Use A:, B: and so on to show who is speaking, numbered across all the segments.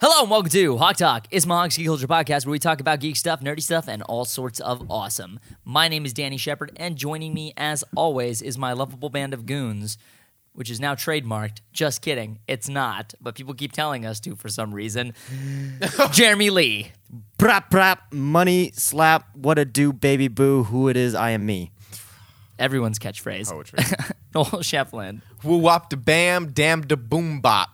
A: Hello and welcome to Hawk Talk. It's Mahawk's Geek Culture Podcast where we talk about geek stuff, nerdy stuff, and all sorts of awesome. My name is Danny Shepard, and joining me as always is my lovable band of goons, which is now trademarked. Just kidding, it's not, but people keep telling us to for some reason. Jeremy Lee.
B: Prop, prop, money, slap, what a do, baby boo, who it is, I am me.
A: Everyone's catchphrase.
C: Oh,
D: Poetry.
A: Noel Shefflin.
D: Woo wop da bam, damn da boom bop.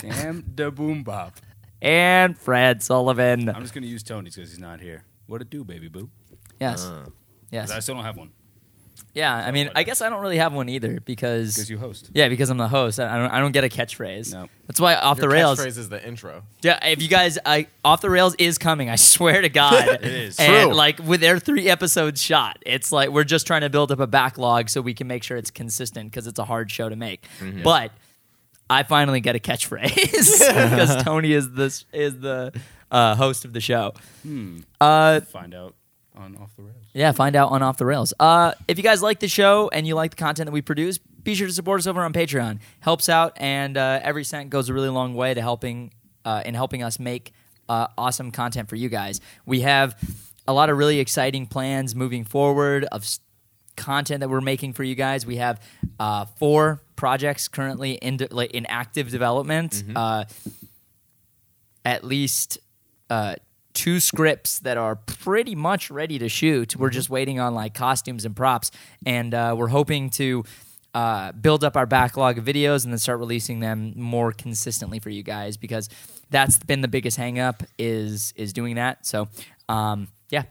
C: Damn da boom bop.
A: And Fred Sullivan.
C: I'm just gonna use Tony's because he's not here. What it do, baby boo?
A: yes.
C: uh,
A: yes.
C: 'Cause I still don't have one
A: yeah, I mean, I guess I don't really have one either because.
C: because you host.
A: yeah, because I'm the host. I I don't, I don't get a catchphrase.
C: No.
A: That's why Off
D: Your
A: the Rails.
D: catchphrase is the intro.
A: Yeah, if you guys, I off the rails is coming. I swear to God, it
C: is.
A: And
D: True.
A: like with their three episodes shot, it's like we're just trying to build up a backlog so we can make sure it's consistent because it's a hard show to make. But I finally get a catchphrase because Tony is the is the uh, host of the show. Uh,
C: Find out on off the rails.
A: yeah, find out on Off the Rails. Uh, if you guys like the show and you like the content that we produce, be sure to support us over on Patreon. Helps out, and uh, every cent goes a really long way to helping uh, in helping us make uh, awesome content for you guys. We have a lot of really exciting plans moving forward of s- content that we're making for you guys. We have uh, four projects currently in de- like in active development. Uh, at least uh, two scripts that are pretty much ready to shoot.
B: Mm-hmm.
A: We're just waiting on like costumes and props, and uh, we're hoping to uh, build up our backlog of videos and then start releasing them more consistently for you guys because that's been the biggest hang up is is doing that. So, um, yeah,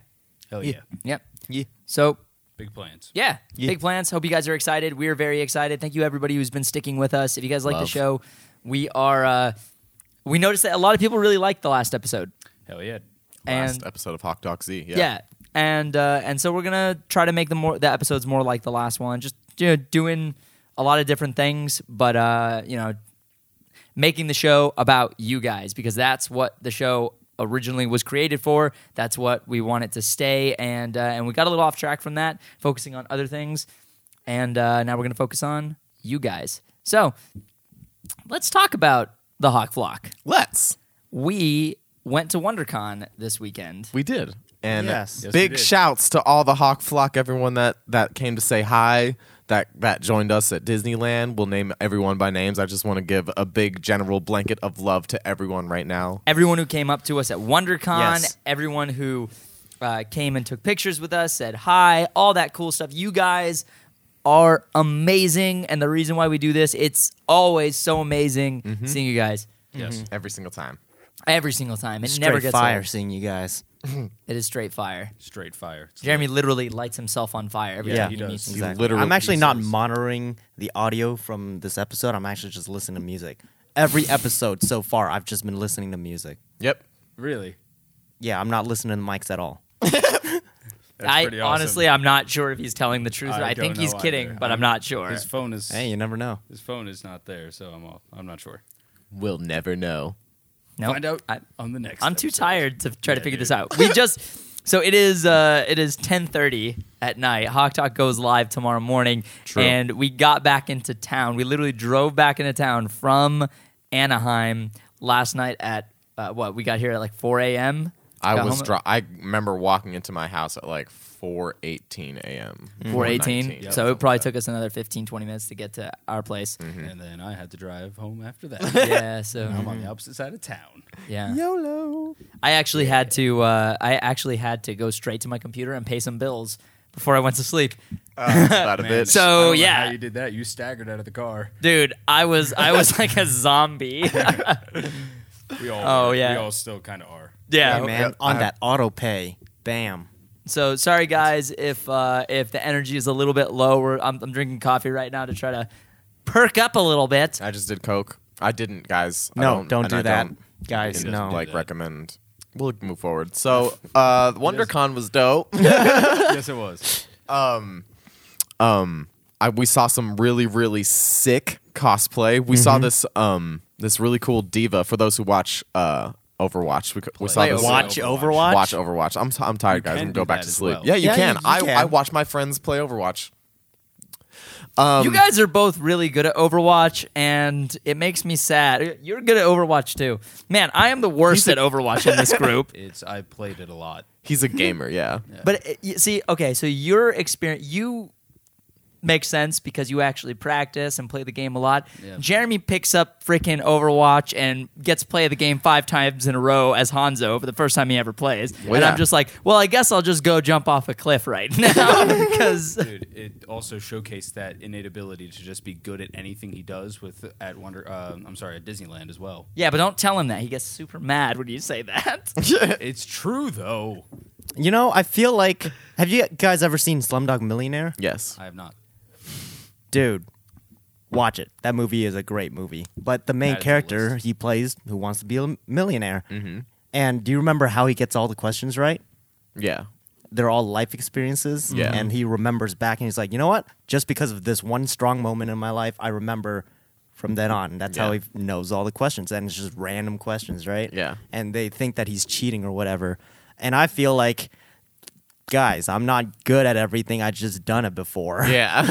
C: Hell
B: Yeah.
C: yeah.
A: yep.
B: Yeah.
A: So
C: Big plans.
A: yeah,
B: Yeah.
A: big plans. Hope you guys are excited. We're very excited. Thank you everybody who's been sticking with us. If you guys like the
B: Love.
A: show, we are. Uh, we noticed that a lot of people really liked the last episode.
C: Hell yeah.
A: And
D: Last episode of Hawk Doc Z. Yeah.
A: yeah. And uh, and so we're gonna try to make the more the episodes more like the last one. Just you know, doing a lot of different things, but uh, you know, making the show about you guys because that's what the show originally was created for. That's what we want it to stay. And uh, and we got a little off track from that, focusing on other things. And uh, now we're gonna focus on you guys. So let's talk about the Hawk Flock.
D: Let's.
A: We went to WonderCon this weekend.
D: We did. And
B: Yes.
C: Yes, we
D: big
C: did.
D: shouts to all the Hawk flock, everyone that, that came to say hi, that, that joined us at Disneyland. We'll name everyone by names. I just want to give a big general blanket of love to everyone right now.
A: everyone who came up to us at WonderCon,
D: Yes.
A: everyone who uh, came and took pictures with us, said hi, all that cool stuff. You guys are amazing, and the reason why we do this, it's always so amazing
C: Mm-hmm.
A: seeing you guys
C: Yes.
D: Every single time.
A: every single time. It never gets
B: fire
A: old.
B: seeing you guys.
A: It is straight fire.
C: Straight fire. It's
A: Jeremy literally lights himself on fire every
C: Yeah,
A: time
C: he
A: he,
C: does.
A: meets.
C: Exactly.
D: literal
B: I'm actually not
D: pieces.
B: monitoring the audio from this episode. I'm actually just listening to music. Every episode so far, I've just been listening to music.
D: Yep.
C: Really.
B: Yeah, I'm not listening to mics at all.
C: That's
A: I
C: pretty awesome.
A: honestly, I'm not sure if he's telling the truth. I,
C: I don't
A: think he's
C: know
A: kidding,
C: either.
A: but I'm,
C: I'm-
A: not sure.
C: his phone is
B: Hey, you never know.
C: his phone is not there, so I'm off. I'm not sure.
D: We'll never know.
A: Nope.
C: Find out
A: I-
C: on the next.
A: I'm too
C: episode.
A: tired to try to
C: Yeah,
A: figure this
C: dude.
A: out. We just so it is uh it is 10:30 at night. Hawk Talk goes live tomorrow morning
D: True.
A: and we got back into town. We literally drove back into town from Anaheim last night at uh, what? We got here at like 4 a.m.
D: I
A: Got
D: was
A: home-
D: dro- I remember walking into my house at like 4:18 a.m.
A: 4:18.
D: 4:19.
A: so it probably took us another 15 20 minutes to get to our place.
C: Mm-hmm. And then I had to drive home after that.
A: Yeah, so
C: I'm on the opposite side of town.
A: yeah.
D: YOLO.
A: I actually had to. Uh, I actually had to go straight to my computer and pay some bills before I went to sleep.
D: That Ah, a
C: Man,
D: bit.
A: So-
C: I don't know
A: yeah.
C: how you did that? You staggered out of the car.
A: Dude, I was I was like a zombie.
C: We all.
A: Oh,
C: were.
A: yeah.
C: We all still kind of are.
A: yeah,
B: Hey, man, on that auto pay. Bam.
A: So sorry guys if uh, if the energy is a little bit lower. I'm, I'm drinking coffee right now to try to perk up a little bit.
D: I just did coke. I didn't, guys. I
B: No, don't
D: and
B: do
D: I
B: that.
D: don't
B: Guys,
D: even,
B: no.
D: Like
C: Do that.
D: recommend. We'll move forward. So, uh, WonderCon was dope.
C: yes, it was.
D: I, we saw some really really sick cosplay. We saw this um this really cool diva. For those who watch uh Overwatch, we, c- we saw
C: Wait,
D: this
C: watch Overwatch?
D: Watch Overwatch. I'm t- I'm tired, guys. I'm
C: can
D: gonna go
C: do
D: back
C: that
D: to
C: as
D: sleep.
C: well.
D: Yeah, you
B: Yeah,
D: can.
B: you- you
D: I
B: can.
D: I watch my friends play Overwatch. Um,
A: you guys are both really good at Overwatch, and it makes me sad. You're good at Overwatch too, man. I am the worst at Overwatch in this group.
C: It's I played it a lot.
D: he's a gamer, yeah.
A: But uh, y- see, okay, so your experience, you make sense because you actually practice and play the game a lot.
C: Yeah.
A: Jeremy picks up freaking Overwatch and gets to play the game five times in a row as Hanzo for the first time he ever plays.
B: Oh,
D: Well,
A: and
D: yeah.
A: I'm just like, well, I guess I'll just go jump off a cliff right now because
C: Dude, it also showcased that innate ability to just be good at anything he does with at Wonder. Um, I'm sorry, at Disneyland as well.
A: yeah, but don't tell him that. He gets super mad when you say that.
C: It's true though.
B: You know, I feel like have you guys ever seen Slumdog Millionaire?
D: Yes.
C: I have not.
B: Dude, watch it. That movie is a great movie. But the main
C: That is a
B: character
C: list.
B: he plays, who wants to be a millionaire, and do you remember how he gets all the questions right?
D: Yeah.
B: They're all life experiences,
D: Yeah.
B: and he remembers back, and he's like, you know what? Just because of this one strong moment in my life, I remember from then on. That's how
D: Yeah.
B: he knows all the questions, and it's just random questions, right?
D: Yeah.
B: And they think that he's cheating or whatever. And I feel like, guys, I'm not good at everything. I just done it before.
D: Yeah.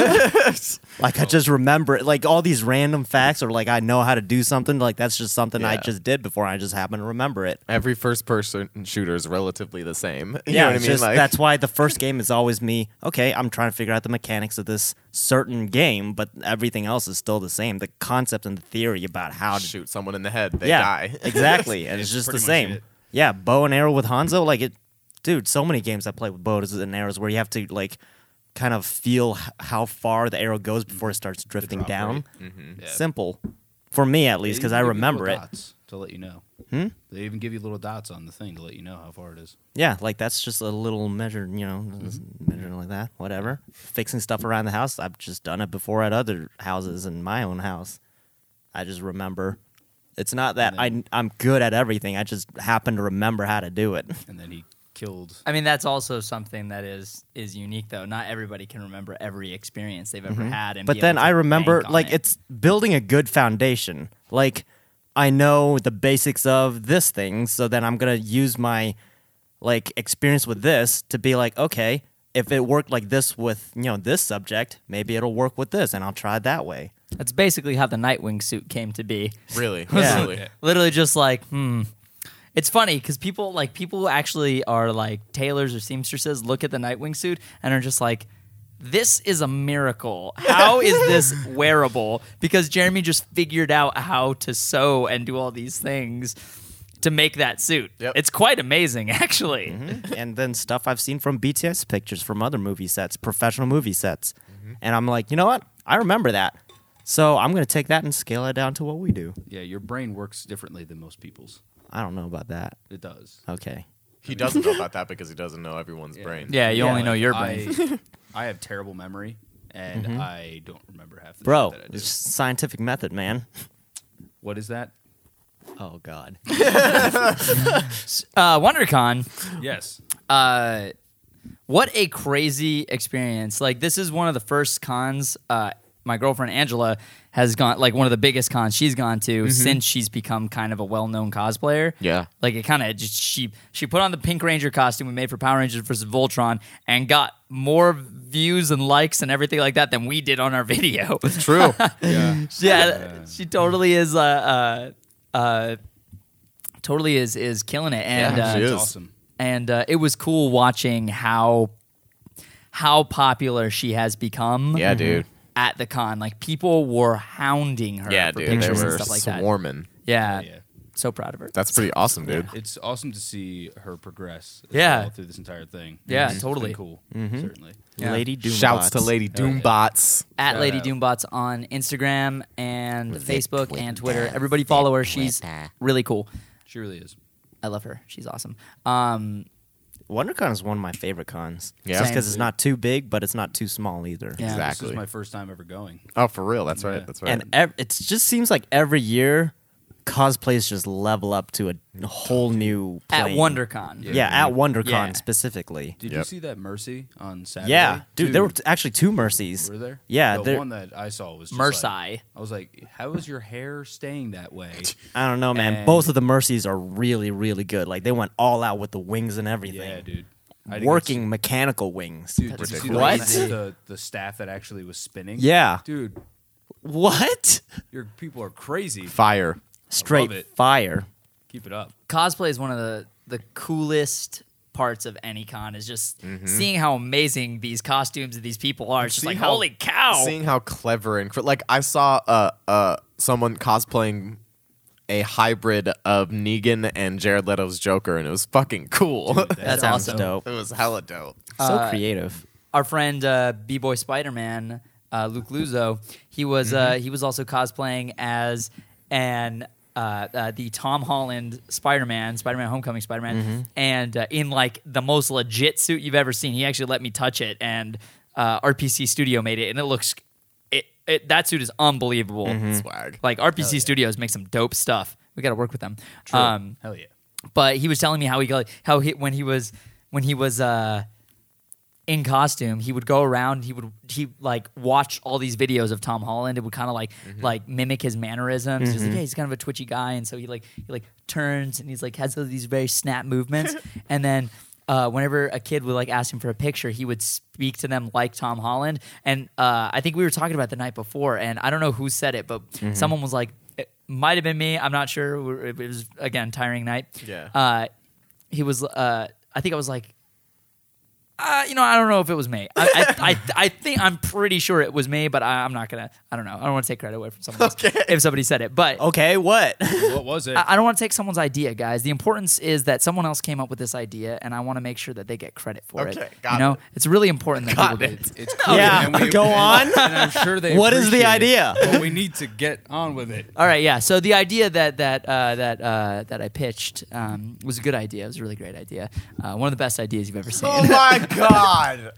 B: Like
D: Oh.
B: I just remember it. Like all these random facts, or like I know how to do something. Like that's just something I
D: Yeah.
B: just did before. And I just happen to remember it.
D: Every first person shooter is relatively the same. You
B: yeah,
D: know what I
B: it's
D: mean?
B: just-
D: like,
B: that's why the first game is always me. Okay, I'm trying to figure out the mechanics of this certain game, but everything else is still the same. The concept and the theory about how to
D: shoot someone in the head, they
B: yeah,
D: die.
B: exactly, and it's
C: It's
B: just the
C: pretty much
B: same.
C: it.
B: Yeah, bow and arrow with Hanzo, like it, dude. So many games I play with bows and arrows where you have to like kind of feel h- how far the arrow goes before it starts drifting
C: drop
B: down.
C: Yeah.
B: Simple for me at least,
C: They
B: because
C: even
B: I
C: give Mm-hmm. you
B: remember it.
C: little dots to let you know. They even give you little dots on the thing to let you know how far it is.
B: Yeah, like that's just a little measure, you know,
C: Mm-hmm.
B: measuring like that, whatever. Fixing stuff around the house, I've just done it before at other houses in my own house. I just remember. It's not that I, I'm good at everything. I just happen to remember how to do it.
C: And then he killed.
A: I mean, that's also something that is is unique, though. Not everybody can remember every experience they've ever had. And
B: Mm-hmm. But
A: be
B: then
A: able to
B: I remember,
A: bank on
B: like,
A: it.
B: it's building a good foundation. Like, I know the basics of this thing, so then I'm gonna use my like experience with this to be like, okay, if it worked like this with you know this subject, maybe it'll work with this, and I'll try it that way.
A: That's basically how the Nightwing suit came to be.
D: Really?
B: Yeah.
D: Really?
A: Literally just like, hmm. It's funny because people like people who actually are like tailors or seamstresses look at the Nightwing suit and are just like, this is a miracle. How is this wearable? Because Jeremy just figured out how to sew and do all these things to make that suit.
D: Yep.
A: It's quite amazing, actually.
B: Mm-hmm. and then stuff I've seen from BTS pictures from other movie sets, professional movie sets,
A: Mm-hmm.
B: and I'm like, you know what? I remember that, so I'm gonna take that and scale it down to what we do.
C: Yeah, your brain works differently than most people's.
B: I don't know about that.
C: It does.
B: Okay.
D: He doesn't know about that because he doesn't know everyone's
C: Yeah.
D: brain.
A: Yeah, you
B: Yeah,
A: only know your brain.
C: I, I have terrible memory, and I don't remember half the
B: Bro,
C: shit that I do.
B: it's just scientific method, man.
C: What is that?
B: Oh God.
A: uh, WonderCon,
C: Yes.
A: uh, what a crazy experience! Like this is one of the first cons. Uh, my girlfriend Angela has gone, like one of the biggest cons she's gone to since she's become kind of a well-known cosplayer.
D: Mm-hmm. Yeah.
A: like it kind of just she she put on the Pink Ranger costume we made for Power Rangers versus Voltron and got more views and likes and everything like that than we did on our video.
D: True.
C: Yeah.
A: yeah, she totally is. Uh, uh, uh, totally is is killing it. And
D: Yeah,
A: uh,
D: she
C: It's
D: is.
C: awesome.
A: and uh, it was cool watching how how popular she has become.
D: yeah, dude.
A: At the con, like people were hounding her
D: Yeah,
A: for
D: dude. They
A: pictures
D: were
A: and stuff like that.
D: swarming.
A: Yeah.
C: Yeah.
A: so proud of her.
D: That's pretty awesome, dude.
C: It's awesome to see her progress. as
A: Yeah.
C: well through this entire thing.
A: Yeah,
C: It's been
A: totally.
C: cool.
B: Mm-hmm.
C: Certainly.
A: Yeah.
B: Lady Doom.
D: Shouts
B: bots.
D: to Lady
C: yeah.
D: Doombots.
A: At
C: Shout
A: Lady
C: out.
A: Doombots on Instagram and
E: the
A: Facebook and Twitter.
E: Twitter,
A: Everybody
E: the
A: follow her. She's
E: Twitter.
A: really cool.
C: She really is.
A: I love her. She's awesome. Um,
B: WonderCon is one of my favorite cons.
D: Yeah.
B: Just
A: Same.
B: because it's not too big, but it's not too small either.
A: Yeah.
D: Exactly.
C: This was my first time ever going.
D: Oh, for real. That's right.
C: Yeah.
D: That's right.
B: And ev- it just seems like every year, cosplays just level up to a whole new.
A: at
B: plane.
A: WonderCon.
B: Yeah, at WonderCon
A: Yeah.
B: specifically.
C: Did you
D: Yep.
C: see that Mercy on Saturday?
B: Yeah, dude, there were actually two mercies.
C: Were there?
B: Yeah,
C: the
B: there-
C: one that I saw was just
A: Mercy.
C: like- I was like, "How is your hair staying that way?"
B: I don't know, man.
C: And-
B: Both of the mercies are really, really good. Like they went all out with the wings and everything.
C: yeah, dude. I think
B: working mechanical wings.
C: Dude, did you see the one
A: What?
C: that had The, the staff that actually was spinning.
B: Yeah.
C: dude,
B: What?
C: your people are crazy.
D: Fire.
B: Straight
C: it.
B: fire.
C: Keep it up.
A: cosplay is one of the the coolest parts of any con is just
D: Mm-hmm.
A: seeing how amazing these costumes of these people are. It's just
D: Seeing
A: like
D: how-
A: holy cow.
D: Seeing how clever and cr- like I saw uh uh someone cosplaying a hybrid of Negan and Jared Leto's Joker, and it was fucking cool.
A: That's
B: Sounds
A: awesome.
B: dope. Uh,
D: it was hella dope.
B: so creative.
A: Our friend uh, B Boy Spider Man, uh, Luke Luzo, he was uh, he was also cosplaying as an uh, uh, the Tom Holland Spider Man, Spider Man Homecoming Spider Man, and uh, in like the most legit suit you've ever seen. He actually let me touch it, and uh, RPC Studio made it, and it looks. It, it, that suit is unbelievable.
D: Swag.
A: Like RPC Studios makes some dope stuff. We got to work with them. Um,
C: Hell yeah.
A: but he was telling me how he got how he when he was when he was uh in costume he would go around he would he like watch all these videos of tom holland it would kind of like like mimic his mannerisms He's like yeah he's kind of a twitchy guy and so he like he like turns and he's like has these very snap movements and then uh, whenever a kid would like ask him for a picture, he would speak to them like Tom Holland. And uh, I think we were talking about it the night before, and I don't know who said it, but someone was like, it might have been me. I'm not sure. It was again tiring night.
D: Yeah.
A: Uh, he was. Uh, I think I was like, uh, you know, I don't know if it was me. I, I, I, I think I'm pretty sure it was me, but I, I'm not gonna. I don't know. I don't want to take credit away from someone else if somebody said it. But
D: Oh,
B: Okay, what?
C: What was it?
A: I, I don't want to take someone's idea, guys. The importance is that someone else came up with this idea, and I want to make sure that they get credit for it.
D: Okay, got
A: you know,
D: it.
A: it's really important that people do.
C: it's, it's cool.
B: Yeah,
C: and we-
B: go
C: and-
B: on.
C: And I'm sure they.
B: What is the
C: appreciate it,
B: idea?
C: But we need to get on with it.
A: All right, yeah. So the idea that that uh, that uh, that I pitched um, was a good idea. It was a really great idea. Uh, one of the best ideas you've ever seen.
D: Oh my god.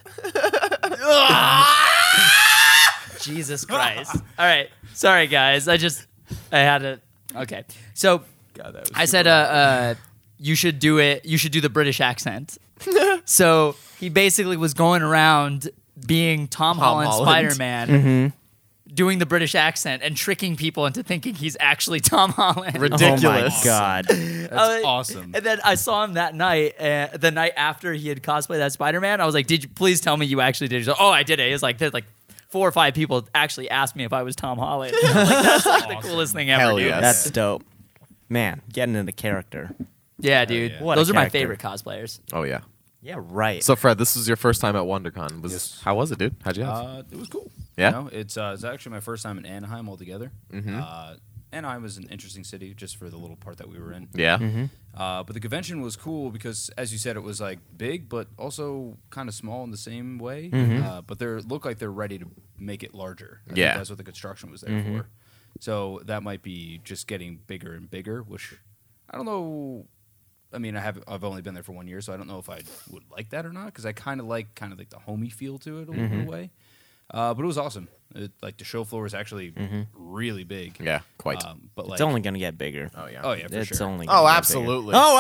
A: Jesus Christ! All right, sorry guys. I just I had to. Okay, so
C: God, that was
A: I said, uh, uh, you should do it. You should do the British accent. so he basically was going around being Tom, Holland,
D: Holland. Mm-hmm.
A: Spider Man, doing the British accent and tricking people into thinking he's actually Tom Holland.
B: Oh my
D: Ridiculous.
B: god.
C: That's
A: Uh,
C: awesome.
A: And then I saw him that night, uh, the night after he had cosplayed that Spider Man. I was like, "Did you please tell me you actually did?" He's like, "Oh, I did it." It's like there's like four or five people actually asked me if I was Tom Holland. I'm like, That's like the coolest thing ever.
D: Hell
A: dude.
D: yes.
B: That's dope. Man, getting into character.
A: Yeah, dude.
C: yeah.
B: What a
A: Those are my
B: character.
A: favorite cosplayers.
D: Oh yeah.
B: Yeah, right.
D: So Fred, this was your first time at WonderCon. Was
C: Yes.
D: how was it, dude? How'd you have?
C: Uh, it was cool.
D: Yeah?
C: You know, it's uh, it's actually my first time in Anaheim altogether. Uh, Anaheim was an interesting city just for the little part that we were in.
D: yeah.
C: Uh, but the convention was cool because, as you said, it was like big, but also kind of small in the same way.
B: Mm-hmm.
C: Uh, but they look like they're ready to make it larger. I think
D: Yeah.
C: that's what the construction was there
B: Mm-hmm.
C: for. So that might be just getting bigger and bigger, which I don't know. I mean, I have I've only been there for one year, so I don't know if I would like that or not because I kind of like kind of like the homey feel to it a little
B: Mm-hmm.
C: bit way. Uh, but it was awesome. It, like the show floor is actually really big.
D: Yeah. Quite.
C: Um, but like,
B: Mm-hmm. it's only gonna get bigger.
D: oh yeah.
C: oh yeah, for
B: it's
C: sure.
B: only gonna
D: Oh,
B: get
D: absolutely.
B: bigger. Oh,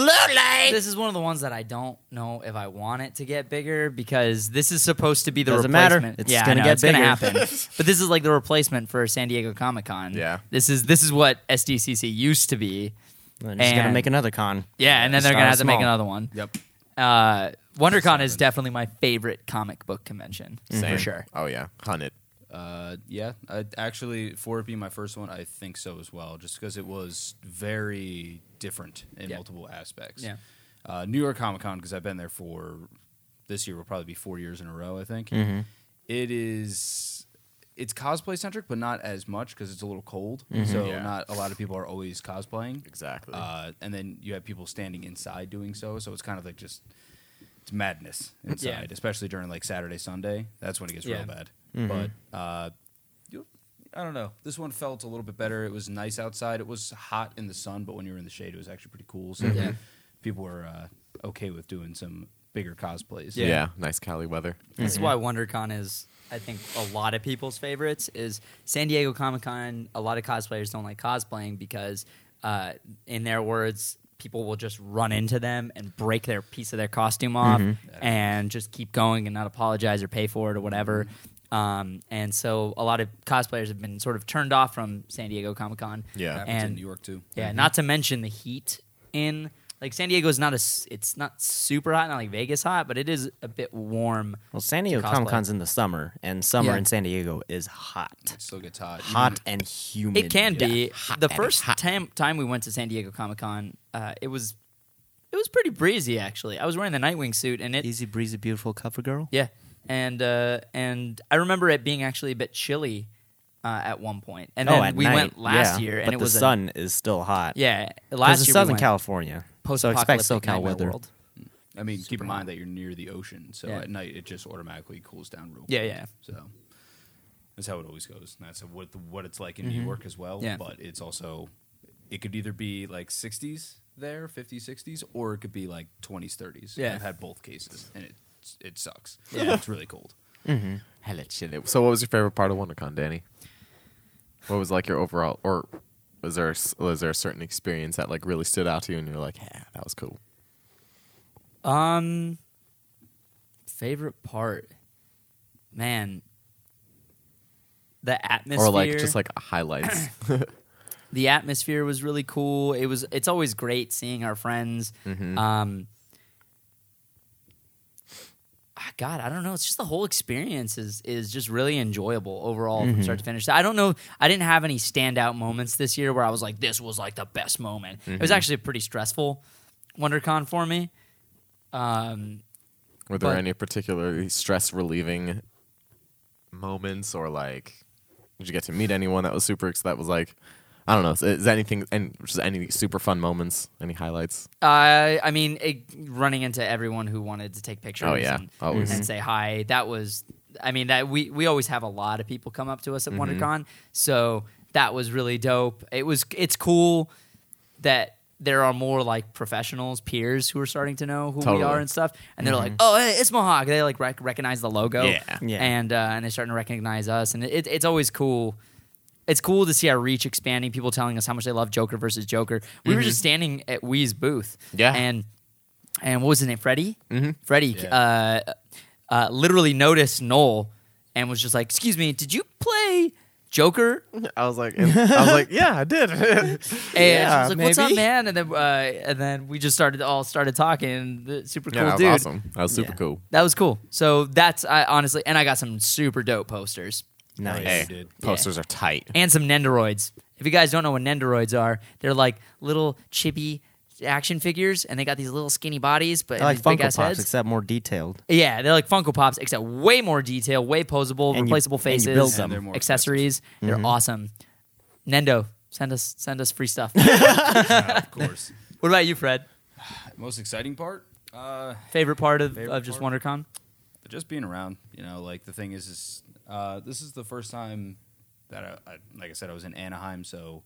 B: absolutely.
A: This is one of the ones that I don't know if I want it to get bigger because this is supposed to be the
B: Doesn't matter.
A: replacement.
B: It's
A: yeah, I
B: gonna
A: know,
B: get
A: it's gonna
B: bigger.
A: happen. but this is like the replacement for San Diego Comic Con.
D: Yeah.
A: this is this is what SDCC used to be.
B: They're just gonna
A: And-
B: make another con.
A: Yeah, and then they're
B: Start
A: gonna have to make
B: small.
A: another one.
C: Yep.
A: Uh, WonderCon is definitely my favorite comic book convention
D: Same.
B: Mm-hmm.
A: for sure.
D: Oh yeah. Hunted.
C: Uh, yeah, I, actually, for it being my first one, I think so as well, just because it was very different in
A: Yeah.
C: multiple aspects.
A: Yeah.
D: Mm-hmm.
C: Uh, New York Comic Con, because I've been there for this year will probably be four years in a row. I think It is. It's cosplay centric, but not as much because it's a little cold. So
D: Yeah.
C: not a lot of people are always cosplaying.
D: Exactly.
C: Uh, and then you have people standing inside doing so. So it's kind of like just it's madness inside, especially during like Saturday, Sunday. That's when it gets
A: Yeah.
C: real bad. But uh, you- I don't know. This one felt a little bit better. It was nice outside. It was hot in the sun, but when you were in the shade, it was actually pretty cool. So
A: Yeah.
C: people were uh, okay with doing some bigger cosplays.
D: yeah. Nice Cali weather.
A: This is why WonderCon is, I think, a lot of people's favorites. Is San Diego Comic Con? A lot of cosplayers don't like cosplaying because, uh, in their words, people will just run into them and break their piece of their costume off
D: Mm-hmm.
A: and just keep going and not apologize or pay for it or
D: Mm-hmm.
A: whatever. Um, and so a lot of cosplayers have been sort of turned off from San Diego Comic Con.
D: Yeah.
C: Happens in
A: and
B: Mm-hmm.
C: New York too. Mm-hmm.
A: Yeah, not to mention the heat in Like San Diego is not a, s- it's not super hot, not like Vegas hot, but it is a bit warm.
B: Well, San Diego
A: cosplay.
B: Comic Con's in the summer, and summer
A: Yeah.
B: in San Diego is hot,
C: Still gets hot. Even-
B: hot and humid.
A: Mm-hmm. It can be. The
B: and
A: first
B: hot.
A: time time we went to San Diego Comic Con, uh, it was it was pretty breezy actually. I was wearing the Nightwing suit, and it
B: Easy breezy, beautiful cover girl.
A: Yeah, and uh, and I remember it being actually a bit chilly uh, at one point, and then
B: Oh, at
A: we
B: night,
A: went last
B: yeah,
A: year, and
B: but
A: it
B: the
A: was a-
B: sun is still hot.
A: yeah,
B: because
A: last
B: it's
A: year
B: Southern
A: we went
B: California,
A: post
B: so expect SoCal weather.
A: World.
C: I mean, keep in mind that you're near the ocean, so
A: Yeah.
C: at night it just automatically cools down real.
A: Yeah,
C: quick.
A: yeah.
C: So that's how it always goes, and that's what what it's like in New York as well.
A: Mm-hmm. Yeah.
C: But it's also it could either be like 60s there, 50s, 60s, or it could be like 20s, 30s.
A: Yeah.
C: I've had both cases, and it it sucks. Yeah, it's really cold.
D: Hella So, what was your favorite part of WonderCon, Danny? What was like your overall, or was there a- was there a certain experience that like really stood out to you, and you're like, yeah, that was cool.
A: Um, favorite part, man, the atmosphere
D: Or like just like highlights.
A: the atmosphere was really cool. It was it's always great seeing our friends.
D: Mm-hmm.
A: Um, ah, God, I don't know. It's just the whole experience is is just really enjoyable overall
D: Mm-hmm.
A: from start to finish. I don't know. I didn't have any standout moments this year where I was like, this was like the best moment. It
D: Mm-hmm.
A: was actually pretty stressful WonderCon for me. Um,
D: Were there
A: But-
D: any particularly stress relieving moments, or like, did you get to meet anyone that was super ex- that was like, I don't know, is, is anything and just any super fun moments, any highlights?
A: Uh, I mean, it, running into everyone who wanted to take pictures.
D: Oh, yeah.
A: and,
D: Always.
A: and say hi. That was, I mean, that we we always have a lot of people come up to
D: Mm-hmm.
A: us at WonderCon, so that was really dope. It was, it's cool that there are more like professionals, peers who are starting to know who
D: Totally.
A: we are and stuff, and they're like, oh, hey, it's Mohawk. They like rec- recognize the logo,
D: Yeah.
B: Yeah.
A: and uh, and they're starting to recognize us, and it, it's always cool it's cool to see our reach expanding. People telling us how much they love Joker versus Joker. We were just standing at Wee's booth,
D: Mm-hmm. Yeah.
A: and and what was his name, Freddie? Mm-hmm. Freddie
C: Yeah.
A: uh, uh, literally noticed Noel and was just like, "Excuse me, did you play Joker?"
D: I was like, I was like, yeah, I did.
A: And I was like, "What's up,
B: maybe."
A: man?" And then uh, and then we just started all started talking. and the- Super cool
D: yeah, that was
A: dude.
D: awesome. That was super
B: Yeah.
D: cool.
A: That was cool. So that's I honestly, and I got some super dope posters.
B: Nice.
C: Hey.
D: Hey,
C: did.
D: posters are tight.
A: and some Nendoroids. If you guys don't know what Nendoroids are, they're like little chibi action figures, and they got these little skinny bodies, but
B: I like
A: these big
B: Funko
A: ass
B: Pops,
A: heads.
B: except more detailed.
A: yeah, they're like Funko Pops, except way more detail, way posable,
B: And you-
A: replaceable
B: and
A: faces,
B: you build Mm-hmm.
C: And them. they're more
A: accessories. They're awesome. Nendo, send us send us free stuff.
C: Yeah, of course.
A: what about you, Fred?
C: Most exciting part. Uh,
A: Favorite part of,
C: Favorite
A: of just
C: part?
A: WonderCon?
C: But just being around you know like the thing is is uh, this is the first time that I, I like i said i was in anaheim so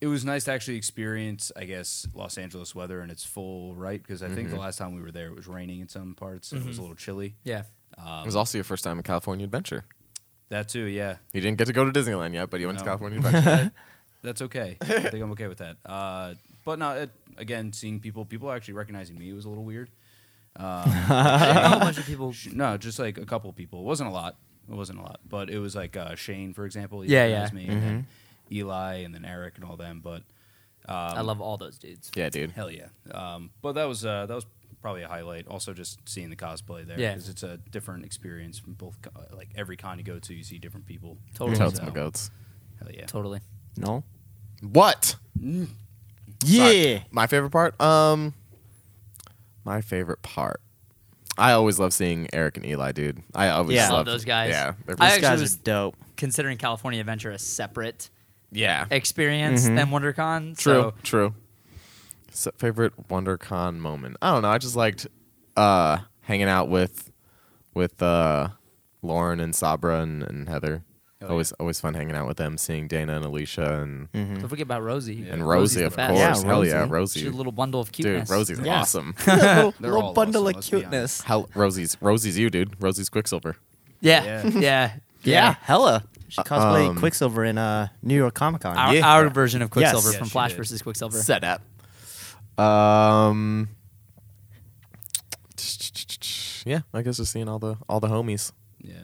C: it was nice to actually experience i guess los angeles weather in its full right because i think the last time we were there it was raining in some parts and it was a little chilly
A: Yeah.
D: it was also your first time in California Adventure.
C: that too yeah
D: You didn't get to go to Disneyland yet, but you went to
C: No.
D: California Adventure.
C: that's okay i think i'm okay with that uh, but no it, again seeing people people actually recognizing me was a little weird
A: a bunch of people.
B: Um,
C: Sh- No, just like a couple people. It wasn't a lot. It wasn't a lot, but it was like uh, Shane, for example. He
A: Yeah,
C: recognized
A: yeah. Mm-hmm.
C: Me, and then Eli, and then Eric, and all them. But
A: I love all those dudes.
D: yeah, dude.
C: hell yeah. Um, but that was uh, that was probably a highlight. Also, just seeing the cosplay there
A: Yeah.
C: because it's a different experience from both. co- uh, Like every con you go to, you see different people.
A: Totally.
D: Toads
C: So,
D: my goats.
C: Hell yeah.
A: Totally.
B: No.
D: What?
B: Yeah.
D: Sorry. My favorite part? Um my favorite part. I always love seeing Eric and Eli, dude. I always
B: Yeah.
A: I love
D: loved-
A: those guys.
D: Yeah. They're
A: I
B: These
A: actually
B: guys
A: was-
B: are dope.
A: Considering California Adventure a separate
D: yeah.
A: experience
B: Mm-hmm.
A: than WonderCon.
D: True.
A: So
D: True. So, favorite WonderCon moment? I don't know. I just liked uh hanging out with with uh Lauren and Sabra and, and Heather.
C: Oh,
D: always always fun hanging out with them, seeing Dana and Alicia and
A: Don't forget about Rosie.
D: Mm. and Rosie,
A: Mm-hmm. Rosie's
D: of
A: the
D: course.
A: best.
B: Yeah,
D: Hell
B: Rosie.
D: yeah, Rosie.
A: She's a little bundle of cuteness.
D: dude, Rosie's
B: Yeah.
D: awesome.
B: little
C: They're all
B: bundle
C: awesome,
B: of
C: let's be honest.
B: cuteness.
D: Hell, Rosie's Rosie's you, dude. Rosie's Quicksilver.
A: Yeah, yeah,
C: Yeah.
A: yeah.
B: Yeah, hella. She cosplayed
D: um,
B: Quicksilver in uh, New York Comic Con.
A: Our,
D: Yeah.
A: our version of Quicksilver
B: Yes.
C: Yeah,
A: from
C: she
A: Flash
C: did.
A: versus Quicksilver.
D: Set up. Um. Yeah, I guess just seeing all the all the homies.
C: Yeah.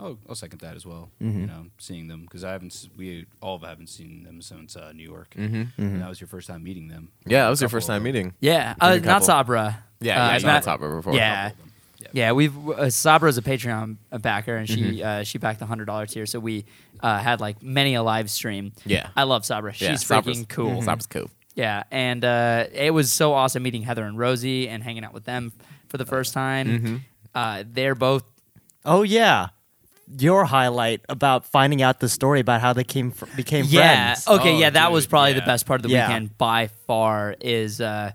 C: I'll, I'll second that as well.
A: Mm-hmm.
C: You know, seeing them because I haven't s- we all haven't seen them since uh, New York.
A: Mm-hmm,
C: And that was your first time meeting them.
D: Yeah, that was your first
C: Couple of
D: time meeting.
A: Yeah, uh,
D: couple.
A: not Sabra.
D: Yeah,
A: uh,
D: yeah,
A: not-
D: not on top of it before.
A: Yeah.
C: Yeah.
A: Yeah, we've uh, Sabra's a Patreon backer, and she
D: Mm-hmm.
A: uh, she backed the hundred dollar tier, so we uh, had like many a live stream.
D: Yeah.
A: I love Sabra. She's
D: Yeah, Sabra's-
A: freaking cool.
D: Sabra's cool.
A: Yeah, and uh, it was so awesome meeting Heather and Rosie and hanging out with them for the first time.
D: Mm-hmm.
A: Uh, they're both
B: Oh yeah, your highlight about finding out the story about how they came fr- became
A: yeah.
B: friends.
A: Okay,
C: Oh,
A: yeah, that
C: dude,
A: was probably the
C: yeah.
A: best part of the
B: Yeah.
A: weekend by far is uh,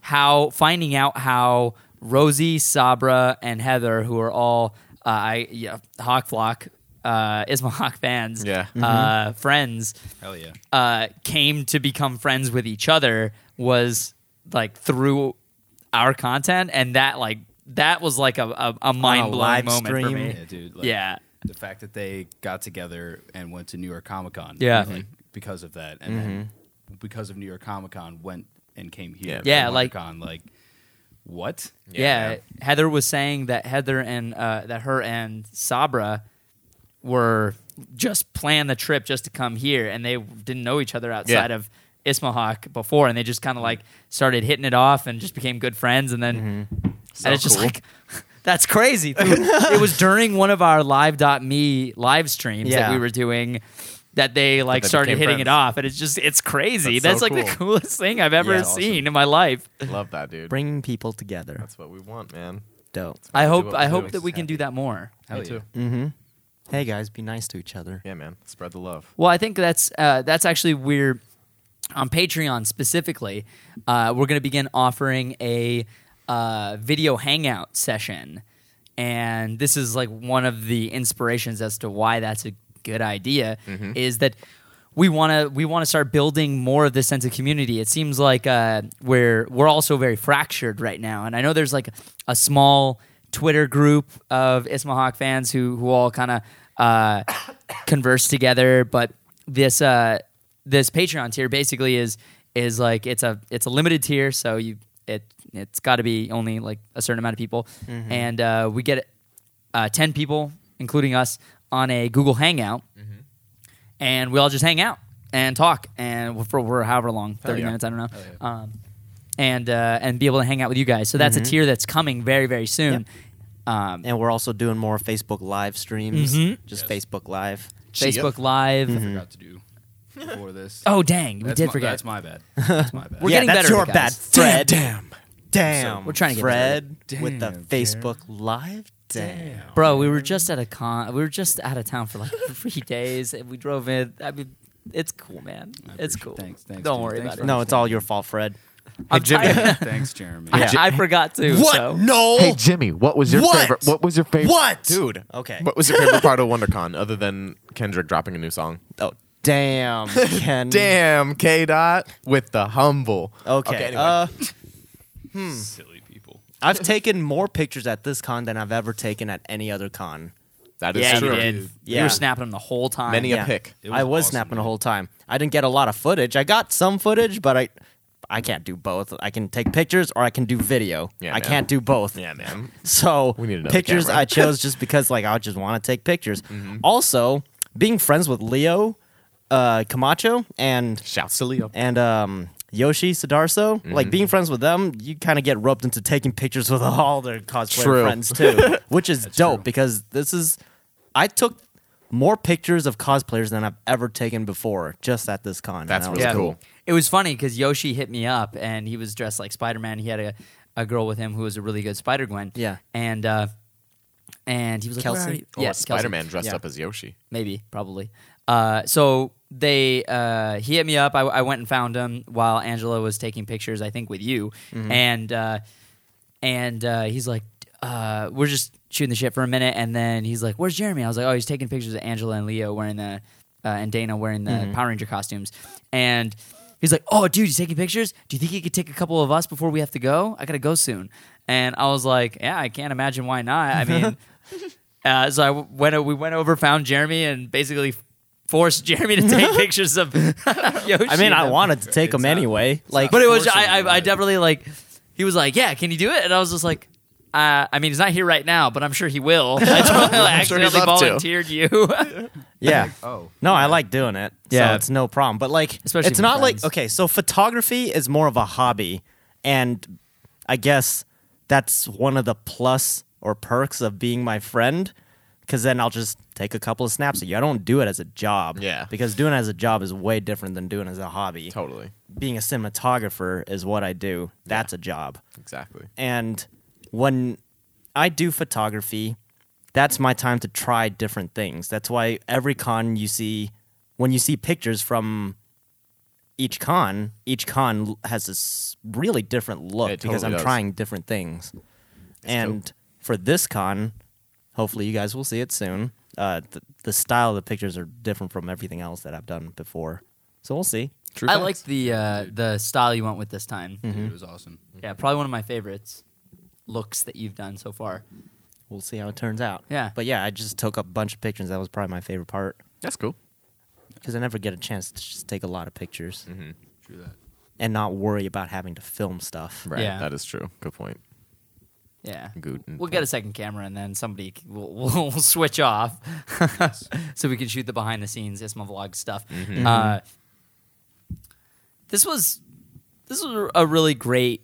A: how finding out how Rosie, Sabra, and Heather, who are all uh, I yeah, Hawk Flock, uh, Isma Hawk fans,
D: Yeah.
B: Mm-hmm.
A: uh, friends,
C: Hell yeah.
A: uh, came to become friends with each other was like through our content, and that like that was like a a, a mind blowing
B: live
A: moment for
B: stream.
A: me.
C: Yeah, dude. Like,
A: Yeah,
C: The fact that they got together and went to New York Comic Con.
A: Yeah. Mm-hmm.
C: Like, because of that, and then because of New York Comic Con, went and came here.
D: Yeah.
C: for
A: Yeah, like-
C: WonderCon, like what?
A: Yeah. Heather was saying that Heather and uh, that her and Sabra were just plan the trip just to come here, and they didn't know each other outside
D: Yeah.
A: of Ismahawk before, and they just kind of like started hitting it off and just became good friends, and then and it's just
D: cool.
A: like. That's crazy. it was during one of our live.me live streams that
B: Yeah.
A: we were doing that they like
D: they
A: started
D: became
A: hitting it
D: friends.
A: off and it's just it's crazy. That's,
D: That's so
A: like the coolest thing I've ever
B: Yeah.
A: seen in my life.
D: Love that, dude.
B: bringing people together.
D: That's what we want, man.
B: Dope.
A: I hope
D: what
A: I
D: we
A: hope
D: do.
A: that we can do that more.
C: Hell yeah.
B: Hey guys, be nice to each other.
D: Yeah, man. Spread the love.
A: Well, I think that's uh, that's actually we're on Patreon specifically. Uh, we're going to begin offering a uh, video hangout session, and this is like one of the inspirations as to why that's a good idea is that we want to we want to start building more of this sense of community. It seems like uh, we're we're also very fractured right now, and I know there's like a small Twitter group of Ismahawk fans who who all kind of uh, converse together. But this uh, this Patreon tier basically is is like it's a it's a limited tier, so you it it's got to be only like a certain amount of people,
C: Mm-hmm.
A: and uh, we get uh, ten people, including us, on a Google Hangout,
C: Mm-hmm.
A: and we all just hang out and talk and for, for however long thirty
D: yeah.
A: minutes I don't know. Um, and uh, and be able to hang out with you guys. So that's
C: Mm-hmm.
A: a tier that's coming very very soon. Um,
B: And we're also doing more Facebook live streams.
A: Mm-hmm.
B: Just Facebook live.
A: Facebook Live.
C: Forgot to do before this.
A: Oh dang, we
C: Mm-hmm. That's
A: did
C: my,
A: forget.
C: That's my bad. That's my bad.
A: We're
B: yeah,
A: getting
B: that's
A: better
B: your
A: at it,
B: bad,
A: guys.
B: Fred. Damn. Damn.
A: We're trying to get
B: Fred
C: better.
B: with the
C: Damn,
B: Facebook live. Damn.
A: Bro, we were just at a con. We were just out of town for like three days, and we drove in. I mean, it's cool, man. It's
C: appreciate-
A: cool.
C: thanks, thanks,
A: Don't
C: dude.
A: worry
C: Thanks
A: about
C: for-
A: it.
B: No, it's all your fault, Fred.
A: I'm tired.
C: Thanks, Jeremy.
A: I, I forgot to. So.
B: No.
D: Jimmy, what was
B: your What? favorite- what
D: was your favorite?
B: What?
D: dude?
B: Okay.
D: What was your favorite part of WonderCon other than Kendrick dropping a new song?
B: Oh, damn. Ken.
D: Damn, K Dot with the humble.
B: Okay.
D: anyway.
B: uh,
C: Silly people.
B: I've taken more pictures at this con than I've ever taken at any other con.
D: that is
A: Yeah,
D: true.
A: you did. You
B: Yeah.
A: were snapping them the whole time.
D: Many
B: Yeah.
D: a pick.
C: It was
B: I was
C: awesome,
B: snapping
C: dude.
B: the whole time. I didn't get a lot of footage. I got some footage, but I I can't do both. I can take pictures or I can do video.
D: Yeah,
B: I
D: man.
B: can't do both.
D: Yeah, man.
B: So
D: We need another
B: pictures
D: camera. Mm-hmm.
B: I chose just because like I just want to take pictures. Also, being friends with Leo uh, Camacho and
D: Shouts to Leo.
B: and um, Yoshi Sadarso, like being
D: Mm-hmm.
B: friends with them, you kind of get roped into taking pictures with all their cosplay
D: True.
B: friends too, which is dope
C: true.
B: because this is I took more pictures of cosplayers than I've ever taken before just at this con. and
D: That's
B: I was
D: really
B: like,
D: cool.
A: It was funny because Yoshi hit me up and he was dressed like Spider Man. He had a, a girl with him who was a really good Spider Gwen.
B: Yeah.
A: And uh, and he was like, "Where
B: Kelsey?
A: are you?"
D: Oh,
A: Yeah, Kelsey.
D: Spider Man dressed
A: Yeah.
D: up as Yoshi.
A: maybe probably uh, so they uh, he hit me up I, I went and found him while angela was taking pictures i think with you and uh, and uh, he's like uh, we're just shooting the shit for a minute and then he's like where's jeremy i was like oh he's taking pictures of angela and leo wearing the uh, and dana wearing the
B: Mm-hmm.
A: power ranger costumes and he's like oh dude he's taking pictures do you think he could take a couple of us before we have to go i gotta go soon and i was like yeah i can't imagine why not i mean uh, so I w- went. o- We went over, found Jeremy, and basically forced Jeremy to take pictures of Yoshi.
B: I mean, I
A: and-
B: wanted to take them
C: not-
B: anyway. Like,
A: but it was. I,
C: forcing
A: I,
C: you,
A: I
C: right?
A: definitely like. He was like, "Yeah, can you do it?" And I was just like, Uh, I mean, he's not here right now, but I'm sure he will. I totally
D: sure he'd
A: accidentally
D: love to.
A: volunteered you.
B: Yeah.
C: Oh.
B: No, I like doing it.
A: Yeah.
B: So it's no problem. But like
A: Especially
B: it's
A: for
B: not
A: friends.
B: like okay, so photography is more of a hobby and I guess that's one of the plus or perks of being my friend cuz then I'll just take a couple of snaps of you. I don't do it as a job.
D: Yeah.
B: Because doing it as a job is way different than doing it as a hobby.
D: Totally.
B: Being a cinematographer is what I do. That's a job.
D: Exactly.
B: And when I do photography, that's my time to try different things. That's why every con you see, when you see pictures from each con, each con l- has this really different look
D: It
B: because
D: totally
B: I'm
D: does.
B: trying different things. and
D: dope.
B: for this con, hopefully you guys will see it soon. Uh, th- the style of the pictures are different from everything else that I've done before. So we'll see.
D: True.
A: I
D: facts.
A: liked the uh, the style you went with this time.
D: Mm-hmm.
C: Dude, it was awesome.
A: Yeah, probably one of my favorites looks that you've done so far.
B: We'll see how it turns out.
A: Yeah.
B: But yeah, I just took a bunch of pictures. That was probably my favorite part.
D: That's cool.
B: because I never get a chance to just take a lot of pictures
C: True that.
B: and not worry about having to film stuff.
D: Right.
A: Yeah.
D: That is true. Good point.
A: Yeah.
D: Good.
A: We'll get a second camera and then somebody c- will will switch off so we can shoot the behind the scenes Isma vlog stuff.
B: Mm-hmm.
A: Uh, this was this was a really great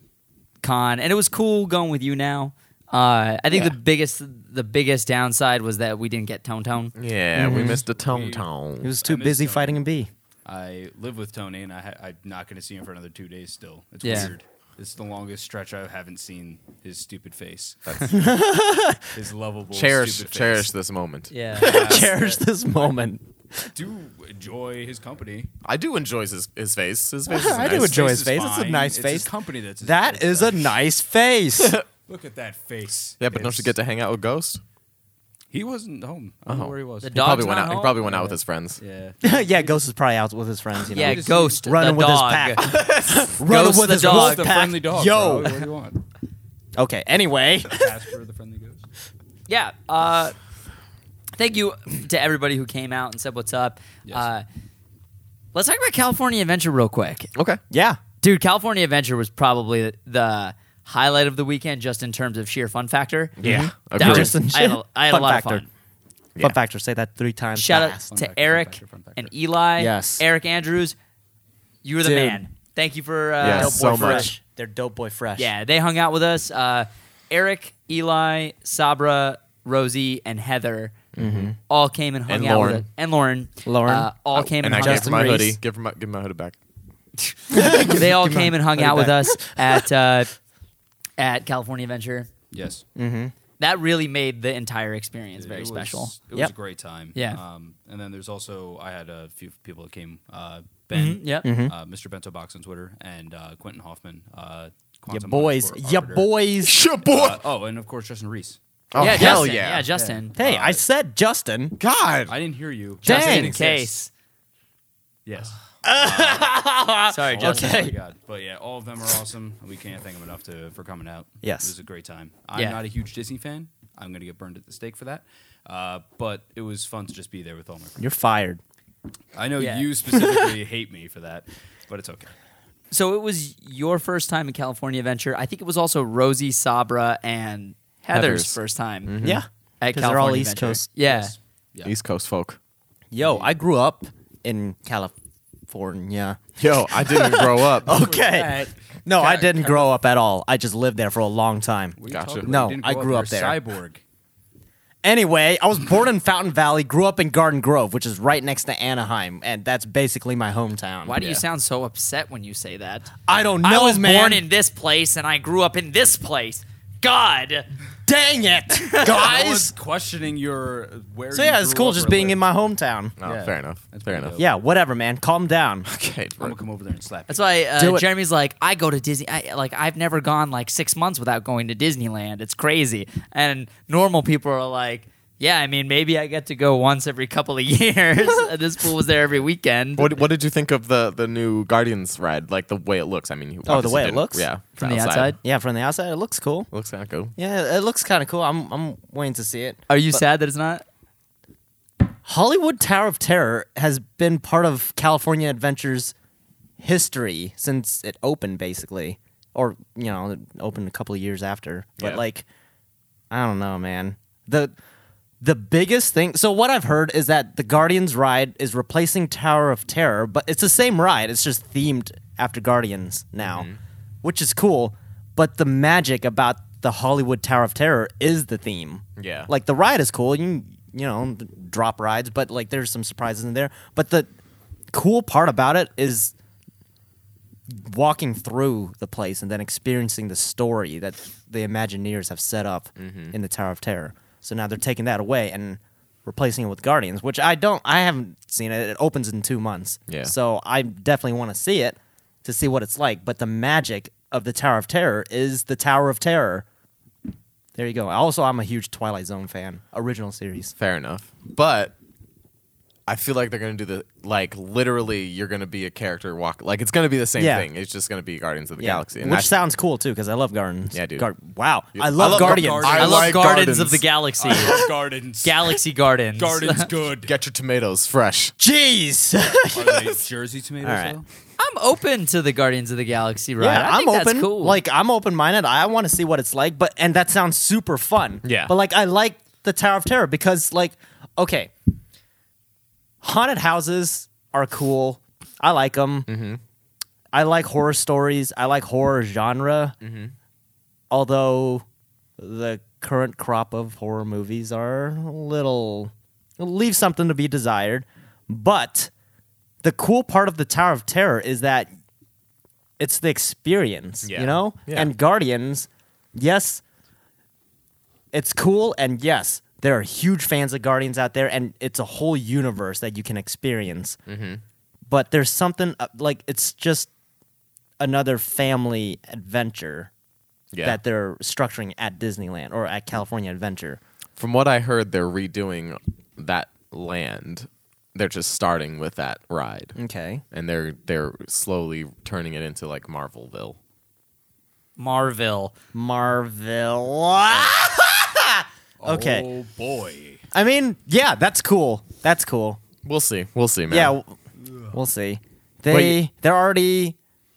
A: con and it was cool going with you now. Uh, I think the biggest the biggest downside was that we didn't get Tone Tone.
D: Yeah, we missed a tone
C: We-
D: tone.
B: He was too
C: miss
B: busy
C: Tony.
B: fighting a bee.
C: I live with Tony, and I ha- I'm not going to see him for another two days. Still, it's
A: Yeah.
C: weird. It's the longest stretch I haven't seen his stupid face. his lovable,
D: cherish,
C: stupid face.
D: cherish this moment.
A: Yeah.
B: Cherish this moment.
C: Do enjoy his company.
D: I do enjoy his his face. His face. Is
B: I
D: nice.
B: do enjoy his
C: is
B: face. It's a
C: fine.
B: nice
C: It's
B: face.
C: His company that's his
B: That
C: face,
B: is a
C: though.
B: nice face.
C: Look at that face.
D: Yeah, but don't
C: It's-
D: you get to hang out with Ghost?
C: He wasn't home. I
B: Oh.
C: don't know where he was.
A: The
D: He probably
A: Dog's
D: went
A: not
D: out. He
A: home?
D: probably went out with his friends.
C: yeah.
B: yeah, Ghost is probably out with his friends. You know?
A: yeah,
C: just-
A: Ghost
B: running
A: the
B: with
A: dog.
B: his pack. running
A: Ghost
B: with
A: the
B: his
A: dog.
B: wolf
C: The
B: pack.
C: friendly dog.
B: Yo.
C: bro. What do you want?
B: Okay. Anyway,
C: Casper the friendly ghost.
A: yeah. Uh, thank you to everybody who came out and said what's up.
C: Yes.
A: Uh, let's talk about California Adventure real quick,
D: Okay.
B: yeah.
A: dude. California Adventure was probably the highlight of the weekend, just in terms of sheer fun factor.
D: Yeah.
A: that
D: Agreed.
A: was,
B: Just in
A: I had a,
B: sheer
A: I had a
B: fun
A: lot of
B: factor.
A: fun.
D: Yeah.
B: Mm-hmm. Fun factor. Say that three times.
A: Shout out
B: fast.
A: to
C: factor, fun
A: Eric
C: factor, fun factor.
A: and Eli.
B: Yes.
A: Eric Andrews, you were the
B: Dude.
A: man. Thank you for uh,
D: Yes,
B: Dope
D: so
B: boy
D: much.
B: fresh. They're dope boy fresh.
A: Yeah, they hung out with us. Uh, Eric, Eli, Sabra, Rosie, and Heather all came and hung
D: Mm-hmm. And
A: out
D: Lauren.
A: with us. And Lauren.
B: Lauren.
A: Uh, all came
D: Oh, and
A: and,
D: I
A: hung out
D: gave her
B: Justin
D: my
B: Reese.
D: hoodie. Give her my, give my hoodie back.
A: They all came and hung
B: Put it
A: out with
B: back.
A: us at uh, at California Adventure.
C: Yes.
A: That really made the entire experience very
C: was-
A: special.
C: It was
B: Yep.
C: a great time.
A: Yeah.
C: Um, and then there's also I had a few people that came. Uh,
A: Mhm,
C: ben.
A: yep.
C: Uh, Mr. Bento Box on Twitter and uh, Quentin Hoffman. Uh,
B: Ya
C: Quantum
B: boys.
C: underscore
B: Ya
C: Arbiter.
B: boys.
D: Shit, boy.
C: Uh, oh, and of course Justin Reese.
D: oh
A: yeah,
D: hell
A: Justin.
D: yeah.
A: Yeah, Justin.
B: Hey, I said Justin.
D: God.
C: I didn't hear you.
B: Dang.
A: Just in
B: Exists.
A: case.
C: Yes.
A: Sorry,
C: All of
A: Justin.
C: them, oh my God. But yeah, all of them are awesome. We can't thank them enough to, for coming out.
B: Yes.
C: It was a great time. I'm
A: Yeah.
C: not a huge Disney fan. I'm going to get burned at the stake for that. Uh, but it was fun to just be there with all my friends.
B: You're fired.
C: I know
A: Yeah.
C: you specifically hate me for that, but it's okay.
A: So it was your first time in California Adventure. I think it was also Rosie, Sabra, and Heather's,
D: Heather's. Mm-hmm.
A: first time.
B: Yeah.
A: at
B: Because they're all
A: California
B: East
A: Adventure.
B: Coast.
A: Yeah.
C: Yes. Yeah.
D: East Coast folk.
B: Yo, I grew up in California.
D: Yo, I didn't grow up.
B: Okay.
A: Alright.
B: No, I
A: Got-
B: didn't grow up at all. I just lived there for a long time.
C: What are you
D: Gotcha.
C: talking about?
B: No,
C: You didn't
B: I
C: grow
B: grew
C: you're
B: up there.
C: a Cyborg.
B: Anyway, I was born in Fountain Valley, grew up in Garden Grove, which is right next to Anaheim, and that's basically my hometown.
A: Why do you
D: Yeah.
A: sound so upset when you say that?
B: I don't know,
A: I was
B: man.
A: born in this place and I grew up in this place. God.
B: Dang it,
C: I was
B: guys!
C: questioning your where.
B: so yeah, it's cool just being in my hometown.
D: Oh,
C: Yeah.
D: fair enough.
C: That's
D: fair
C: pretty
D: enough.
C: dope.
B: Yeah, whatever, man. Calm down.
D: Okay.
C: I'm gonna come over there and slap.
A: That's why uh,
B: Do it.
A: Jeremy's like, I go to Disney. I, like, I've never gone like six months without going to Disneyland. It's crazy. And normal people are like, yeah, I mean, maybe I get to go once every couple of years. And this fool was there every weekend.
D: What, what did you think of the, the new Guardians ride? Like the way it looks. I mean, you
B: Oh, the
D: obviously
B: way it
D: didn't-
B: looks?
D: Yeah,
A: From the outside?
B: Yeah, from the outside, it looks cool.
D: Looks kind of cool.
B: Yeah, it looks kind of cool. I'm I'm waiting to see it.
A: Are you sad that it's not?
B: Hollywood Tower of Terror has been part of California Adventure's history since it opened, basically, or you know, it opened a couple of years after. But
D: Yeah.
B: like, I don't know, man. The the biggest thing so what I've heard is that the Guardians ride is replacing Tower of Terror, but it's the same ride. It's just themed after Guardians now. Which is cool. But the magic about the Hollywood Tower of Terror is the theme.
D: Yeah.
B: Like the ride is cool. You can, you know, drop rides, but like there's some surprises in there. But the cool part about it is walking through the place and then experiencing the story that the Imagineers have set up in the Tower of Terror. So now they're taking that away and replacing it with Guardians, which I don't, I haven't seen it. It opens in two months.
D: Yeah.
B: So I definitely want to see it to see what it's like. But the magic of the Tower of Terror is the Tower of Terror. There you go. Also, I'm a huge Twilight Zone fan, original series.
D: Fair enough. But I feel like they're going to do the like literally you're going to be a character walk like it's going to be the same
B: Yeah.
D: thing. It's just going to be Guardians of the Galaxy.
B: Which
D: that's-
B: sounds cool too, because I love gardens.
D: Yeah, dude.
B: wow,
D: Yeah.
B: I
D: I
B: love,
D: love
B: Guardians.
D: Guardians.
A: I,
D: I
A: love
D: like
A: Gardens,
D: gardens.
A: of the Galaxy.
C: gardens.
A: Galaxy Gardens.
C: gardens good.
D: get your tomatoes fresh.
B: Jeez.
C: Are they Jersey tomatoes
B: All right.
C: though?
A: I'm open to the Guardians of the Galaxy ride.
B: Yeah,
A: I
B: I'm
A: think
B: open.
A: That's cool.
B: Like I'm open minded. I want to see what it's like, but and that sounds super fun.
D: Yeah.
B: But like I like the Tower of Terror because like okay, haunted houses are cool. I like them. I like horror stories. I like horror genre. Although the current crop of horror movies are a little leave something to be desired, but the cool part of the Tower of Terror is that it's the experience,
D: Yeah.
B: you know?
D: Yeah.
B: And Guardians, yes, it's cool and yes, there are huge fans of Guardians out there and it's a whole universe that you can experience.
D: Mm-hmm.
B: But there's something uh, like it's just another family adventure
D: Yeah.
B: that they're structuring at Disneyland or at California Adventure.
D: From what I heard they're redoing that land. They're just starting with that ride.
B: Okay.
D: And they're they're slowly turning it into like Marvelville.
A: Marvel.
B: Marvel. okay.
C: Oh boy.
B: I mean, yeah, that's cool. That's cool.
D: We'll see. We'll see, man.
B: Yeah, w- we'll see. They they're already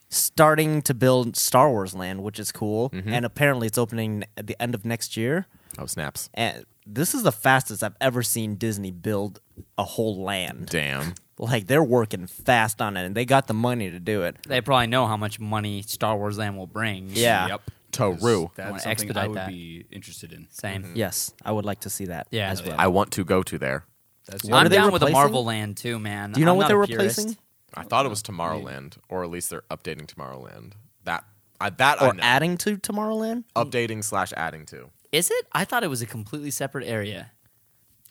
B: starting to build Star Wars Land, which is cool, and apparently it's opening at the end of next year.
D: Oh snaps.
B: And this is the fastest I've ever seen Disney build a whole land.
D: Damn.
B: Like they're working fast on it, and they got the money to do it.
A: They probably know how much money Star Wars Land will bring.
B: Yeah.
C: Yep.
D: Toru.
A: wanna
C: That's something I
A: expedite
C: would
A: that.
C: be interested in.
A: Same.
B: Yes, I would like to see that.
A: Mm. Yeah.
B: Mm-hmm. as well.
D: I want to go to there.
C: That's
B: What
A: I'm
B: are they
A: down with a
B: replacing?
A: Marvel Land too, man.
B: Do you know
A: I'm
B: what
A: not
B: they're
A: a purist.
B: replacing?
D: I thought it was Tomorrowland, or at least they're updating Tomorrowland. That I, that I
B: Or
D: know.
B: adding to Tomorrowland?
D: updating slash adding to.
A: Is it? I thought it was a completely separate area.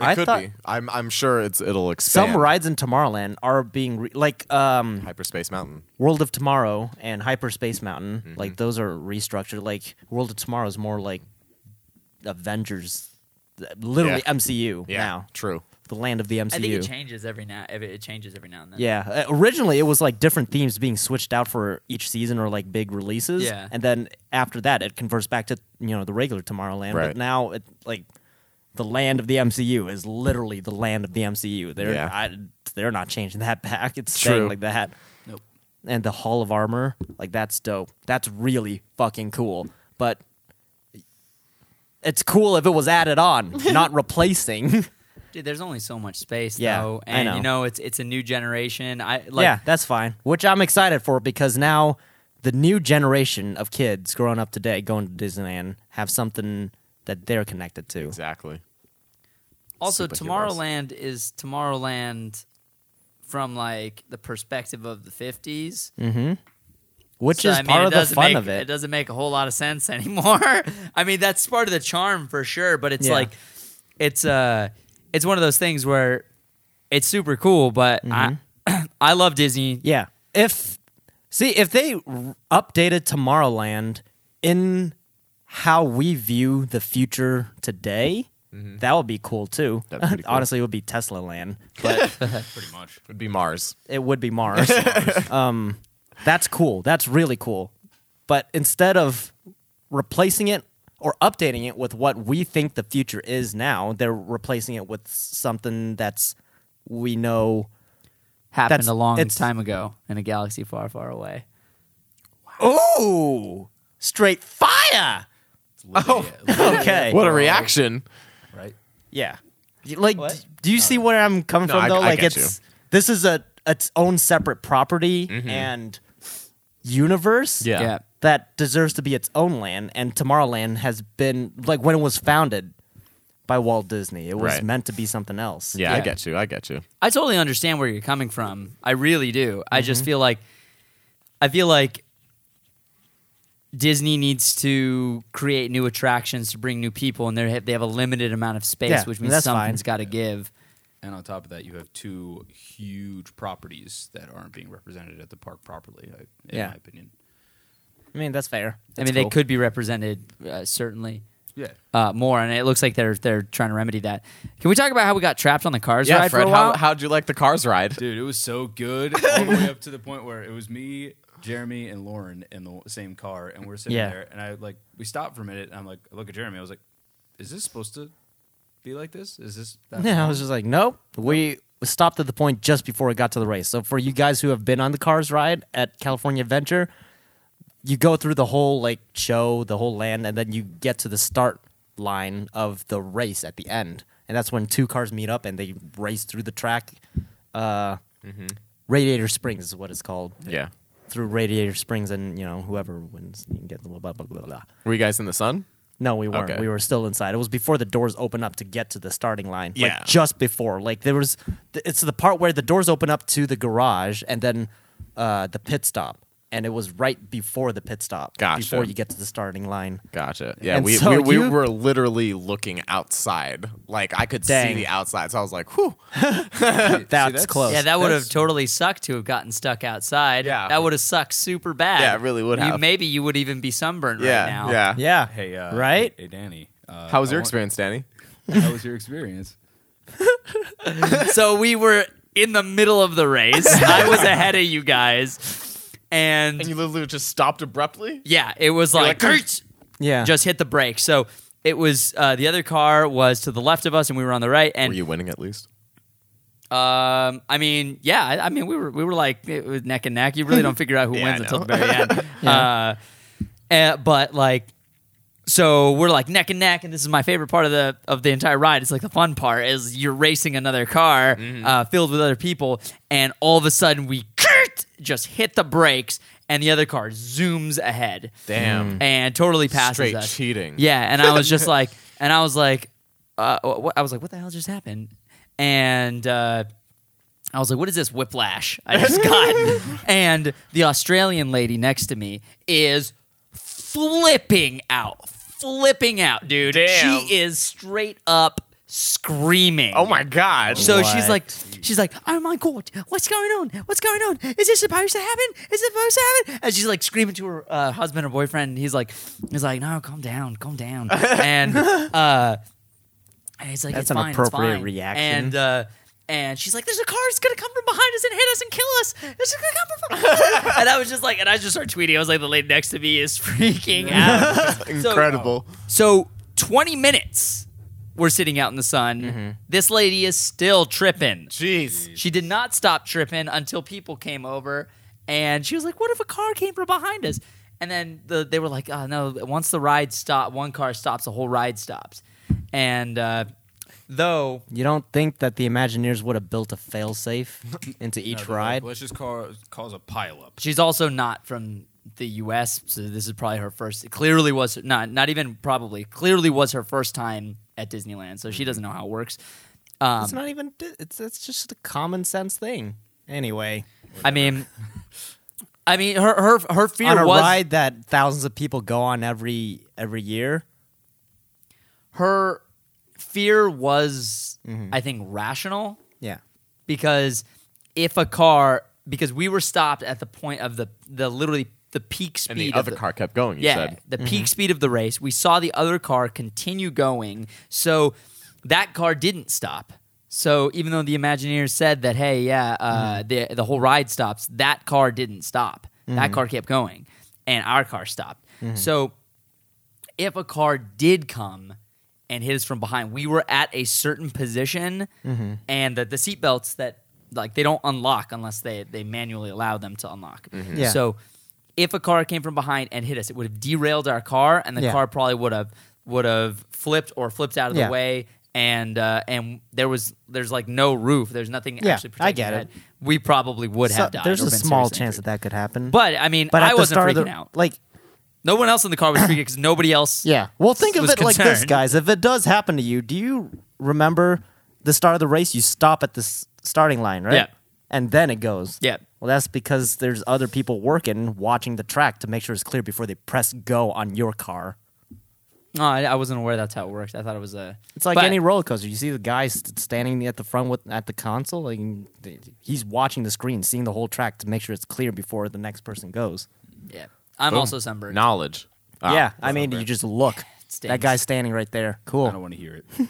D: It
B: I
D: could
B: thought-
D: be. I'm I'm sure it's it'll expand.
B: Some rides in Tomorrowland are being re- like um,
D: Hyperspace Mountain.
B: World of Tomorrow and Hyperspace Mountain,
A: Mm-hmm.
B: like those are restructured. Like World of Tomorrow is more like Avengers, th- literally
D: Yeah.
B: MCU
D: Yeah,
B: now,
D: true.
B: the land of the MCU.
A: I think it changes every now. It changes every now and then.
B: yeah, Uh, originally it was like different themes being switched out for each season or like big releases,
A: Yeah.
B: and then after that it converts back to you know the regular Tomorrowland.
D: Right.
B: But now it like the land of the MCU is literally the land of the MCU. They're
D: Yeah.
B: I, they're not changing that back. It's staying
D: True.
B: like that
C: Nope.
B: and the Hall of Armor, like that's dope. That's really fucking cool. But it's cool if it was added on, not replacing.
A: Dude, there's only so much space
B: Yeah,
A: though,
B: I
A: and
B: know.
A: you know it's it's a new generation. I like.
B: yeah, that's fine. Which I'm excited for because now the new generation of kids growing up today going to Disneyland have something that they're connected to.
D: Exactly.
A: Also,
D: superheroes.
A: Tomorrowland is Tomorrowland from like the perspective of the 50s.
B: Which
A: So,
B: is
A: I mean,
B: part
A: it
B: of the
A: doesn't
B: fun
A: make-
B: of
A: It doesn't make a whole lot of sense anymore. I mean, that's part of the charm for sure, but it's
B: Yeah.
A: like it's uh it's one of those things where it's super cool, but
B: Mm-hmm.
A: I I love Disney.
B: Yeah. If see if they r- updated Tomorrowland in how we view the future today, that would be cool too.
D: That'd be pretty cool.
B: Honestly, it would be Tesla Land, but
C: pretty much.
D: Would be Mars.
B: it would be Mars. um, that's cool. That's really cool. But instead of replacing it or updating it with what we think the future is now, they're replacing it with something that's we know
A: Happened
B: That's-
A: a long
B: it's-
A: time ago in a galaxy far, far away.
D: Oh!
B: Ooh, straight fire.
D: It's
C: Oh,
B: Okay.
D: What a reaction!
C: Right?
B: Yeah. Y- Like,
A: What?
B: d- do you see where I'm coming
D: Uh, No,
B: from
D: I-
B: though?
D: I
B: like,
D: get
B: it's this is a its own separate property and universe.
D: Mm-hmm. Yeah.
A: Yeah.
B: That deserves to be its own land, and Tomorrowland has been like when it was founded by Walt Disney. It was
D: Right.
B: meant to be something else.
D: Yeah, I
A: Yeah.
D: get you. I get you.
A: I totally understand where you're coming from. I really do. I
D: Mm-hmm.
A: just feel like I feel like Disney needs to create new attractions to bring new people, and they are they have a limited amount of space,
B: Yeah,
A: which means
B: that's fine.
A: something's got to give.
C: And on top of that, you have two huge properties that aren't being represented at the park properly, I- in
B: Yeah.
C: my opinion.
B: I mean that's fair.
A: I mean, they could be represented uh, certainly
C: Yeah.
A: uh, more, and it looks like they're they're trying to remedy that. Can we talk about how we got trapped on the cars
D: Yeah,
A: ride
D: Fred.
A: for a while?
D: How how'd you like the cars ride?
C: Dude, it was so good all the way up to the point where it was me, Jeremy, and Lauren in the same car, and we're sitting
B: Yeah.
C: there, and I like we stopped for a minute, and I'm like, I look at Jeremy, I was like, is this supposed to be like this? Is this? That
B: Yeah, I was just like, nope. We stopped at the point just before it got to the race. So for you guys who have been on the cars ride at California Adventure, you go through the whole like show, the whole land, and then you get to the start line of the race at the end, and that's when two cars meet up and they race through the track. Uh, Radiator Springs is what it's called.
D: Yeah.
B: Through Radiator Springs, and you know whoever wins, you can get the blah blah blah blah blah.
D: Were you guys in the sun?
B: No, we weren't.
D: Okay.
B: We were still inside. It was before the doors open up to get to the starting line.
D: Yeah.
B: Like just before. Like there was th- it's the part where the doors open up to the garage and then uh the pit stop. And it was right before the pit stop.
D: Gotcha.
B: Before you get to the starting line.
D: Gotcha. Yeah,
B: And
D: we,
B: so
D: we, we
B: you-
D: were literally looking outside. Like I could see
B: Dang.
D: the outside, so I was like, "Whew."
C: See,
B: That's close.
A: Yeah, that would have
C: that's-
A: totally sucked to have gotten stuck outside.
D: Yeah.
A: that would have sucked super bad.
D: Yeah, it really would
A: You-
D: have.
A: Maybe you would even be sunburned
D: Yeah,
A: right now.
D: yeah.
B: Yeah.
C: Hey, uh,
B: Right?
C: Hey, Danny. Uh,
D: How was
C: I
D: your
C: want-
D: experience, Danny?
C: How was your experience?
A: so we were in the middle of the race. I was ahead of you guys, and,
D: And you literally just stopped abruptly.
A: yeah, it was like,
D: like,
A: "Kurt!"
B: Yeah.
A: just hit the brake. So it was uh, the other car was to the left of us, and we were on the right. And
D: Were you winning at least?
A: um, I mean, yeah, I, I mean, we were we were like it was neck and neck. You really don't figure out who
D: Yeah, I
A: wins until
D: know.
A: the very end. uh, eh, but like. So we're like neck and neck, and this is my favorite part of the of the entire ride. It's like the fun part is you're racing another car
D: Mm-hmm.
A: uh, filled with other people, and all of a sudden we just hit the brakes, and the other car zooms ahead,
D: Damn.
A: and totally passes
D: Straight
A: us.
D: cheating.
A: Yeah, and I was just like, and I was like, uh, wh- I was like, what the hell just happened? And uh, I was like, what is this whiplash I just got? and the Australian lady next to me is flipping out, flipping out, dude.
D: Damn.
A: She is straight up screaming.
D: Oh my gosh.
A: So she's
B: What?
A: like, she's like, oh my god, what's going on? What's going on? Is this supposed to happen? Is it supposed to happen? And she's like screaming to her uh, husband or boyfriend. And he's like, he's like, no, calm down, calm down. and uh, and he's like,
B: That's
A: it's
B: an
A: fine, it's
B: appropriate
A: fine."
B: reaction.
A: And uh, and she's like, there's a car that's gonna come from behind us and hit us and kill us. It's just gonna come from. behind us." and I was just like, and I just started tweeting. I was like, the lady next to me is freaking out.
D: incredible.
A: So 20 minutes we're sitting out in the sun.
B: Mm-hmm.
A: This lady is still tripping.
D: Jeez.
A: She did not stop tripping until people came over and she was like, What if a car came from behind us? And then the, they were like, Oh no, once the ride stop, one car stops, the whole ride stops. And uh, though
B: you don't think that the Imagineers would have built a failsafe into
C: No,
B: each
C: they're like,
B: ride?
C: Let's just call, cause a pileup.
A: she's also not from the US, so this is probably her first it clearly was not not even probably, clearly was her first time at Disneyland,
B: Mm-hmm.
A: so she doesn't know how it works. Um,
B: it's not even it's it's just a common sense thing. Anyway,
A: I mean, I mean, her her her fear
B: on a
A: was
B: ride that thousands of people go on every every year,
A: her fear was,
B: Mm-hmm.
A: I think, rational
B: yeah.
A: because if a car, because we were stopped at the point of the the literally the peak speed
D: And the
A: of
D: other car kept going. You
A: yeah,
D: said.
A: the peak speed of the race. We saw the other car continue going, so that car didn't stop. So even though the Imagineers said that, hey, yeah, uh, the the whole ride stops, that car didn't stop. That car kept going, and our car stopped. So if a car did come and hit us from behind, we were at a certain position, and the, the
D: Mm-hmm.
A: seatbelts that like they don't unlock unless they they manually allow them to unlock.
B: Yeah.
A: So if a car came from behind and hit us, it would have derailed our car, and the
E: Yeah.
A: car probably would have would have flipped or flipped out of
E: Yeah.
A: the way. And uh, and there was there's like no roof. There's nothing
E: Yeah,
A: actually
E: I
A: protecting
E: get
A: your
E: it.
A: head. We probably would
B: So-
A: have died.
B: there's
A: or
B: a
A: been
B: small
A: seriously
B: chance
A: injured.
B: that that could happen.
A: But I mean,
B: but
A: I
B: at the
A: wasn't
B: start of
A: freaking
B: the,
A: out.
B: Like
A: No one else in the car was freaking because nobody else.
B: Yeah. Well, think of
A: was
B: it like this,
A: concerned.
B: guys. If it does happen to you, do you remember the start of the race? You stop at the s- starting line, right?
A: Yeah.
B: And then it goes.
A: Yeah.
B: Well, that's because there's other people working, watching the track to make sure it's clear before they press go on your car.
A: No, I, I wasn't aware that's how it worked. I thought it was a.
B: It's like
A: but-
B: any roller coaster. You see the guy st- standing at the front with at the console, like th- he's watching the screen, seeing the whole track to make sure it's clear before the next person goes.
A: Yeah, I'm
D: Boom.
A: also sunburned.
D: Knowledge. Ah,
B: yeah, I
D: that's
B: mean,
D: not fair.
B: you just look.
A: stinks.
B: That guy's standing right there.
C: I don't
B: Cool.
C: want to hear it.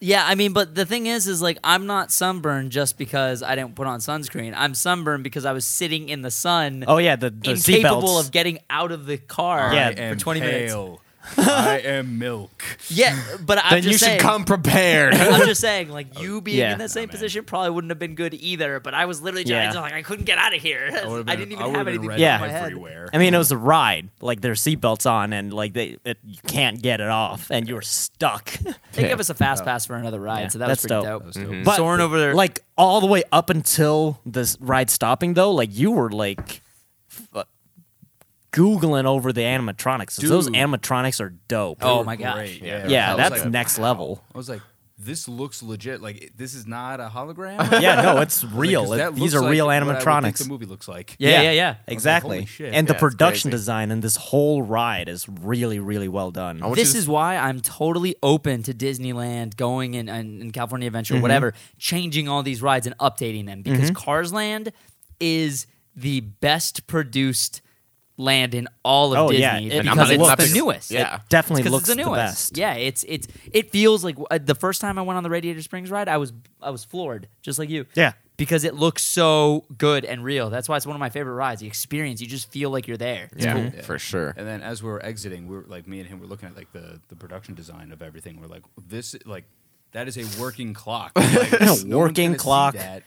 A: Yeah, I mean, but the thing is, is like I'm not sunburned just because I didn't put on sunscreen. I'm sunburned because I was sitting in the sun,
B: Oh yeah, the, the
A: incapable
B: seatbelts.
A: of getting out of the car
B: Yeah,
C: I am
A: for 20 minutes.
C: pale. I am milk.
A: Yeah, but I'm
D: Then
A: just
D: you should
A: saying,
D: come prepared.
A: I'm just saying, like you being
B: Oh, yeah.
A: in that same
C: man.
A: position probably wouldn't have been good either. But I was literally
B: Yeah.
A: just like I couldn't get out of here. I,
C: would've been-
A: didn't
C: I
A: even
C: would've
A: have
C: been
A: anything
C: red
A: in
B: Yeah.
A: my head.
C: everywhere.
B: I mean, it was a ride. Like their seatbelts on, and like they, it, you can't get it off, and you're stuck.
A: They gave us a fast pass for another ride,
B: Yeah,
A: so that was
B: that's
A: pretty dope.
B: dope. That
C: Oh. was dope.
D: Mm-hmm.
C: Mhm.
A: But Soren over there,
B: like all the way up until this ride stopping, though, like you were like f- uh, googling over the animatronics. 'cause Those
C: Dude.
B: animatronics are dope.
A: oh my gosh,
C: Great, yeah.
B: yeah,
C: I was
B: that's
C: like-
B: next level.
C: I was like, this looks legit. Like it- this is not a hologram.
B: Yeah, no, it's
C: Like, 'cause
B: real. It-
C: that
B: these are
C: looks like
B: real
C: what I would think
B: animatronics.
C: the movie looks like.
A: Yeah, yeah, yeah.
B: Exactly.
C: Holy shit.
B: And the
D: Yeah, it's
B: production
D: crazy.
B: design and this whole ride is really, really well done.
D: I want you
A: this
D: to-
A: is why I'm totally open to Disneyland going and and, and California Adventure,
B: Mm-hmm.
A: whatever, changing all these rides and updating them because Cars Land is the best produced land in all of
B: Oh, yeah.
A: Disney
B: And
A: because
D: I'm not-
A: it's
D: it's not
A: the
D: big-
A: newest.
D: yeah. It
B: definitely
A: It's 'cause
B: looks
A: it's the
B: the
A: newest.
B: best.
A: Yeah, it's it's it feels like uh, the first time I went on the Radiator Springs ride, I was I was floored, just like you.
B: Yeah.
A: Because it looks so good and real. That's why it's one of my favorite rides. The experience, you just feel like you're there. It's
D: yeah,
A: cool.
D: for sure.
C: And then as we were exiting, we were like me and him were looking at like the the production design of everything. We're like, this like that is a working clock. Like, this- no one's
B: Working
C: gonna see
B: clock.
C: that.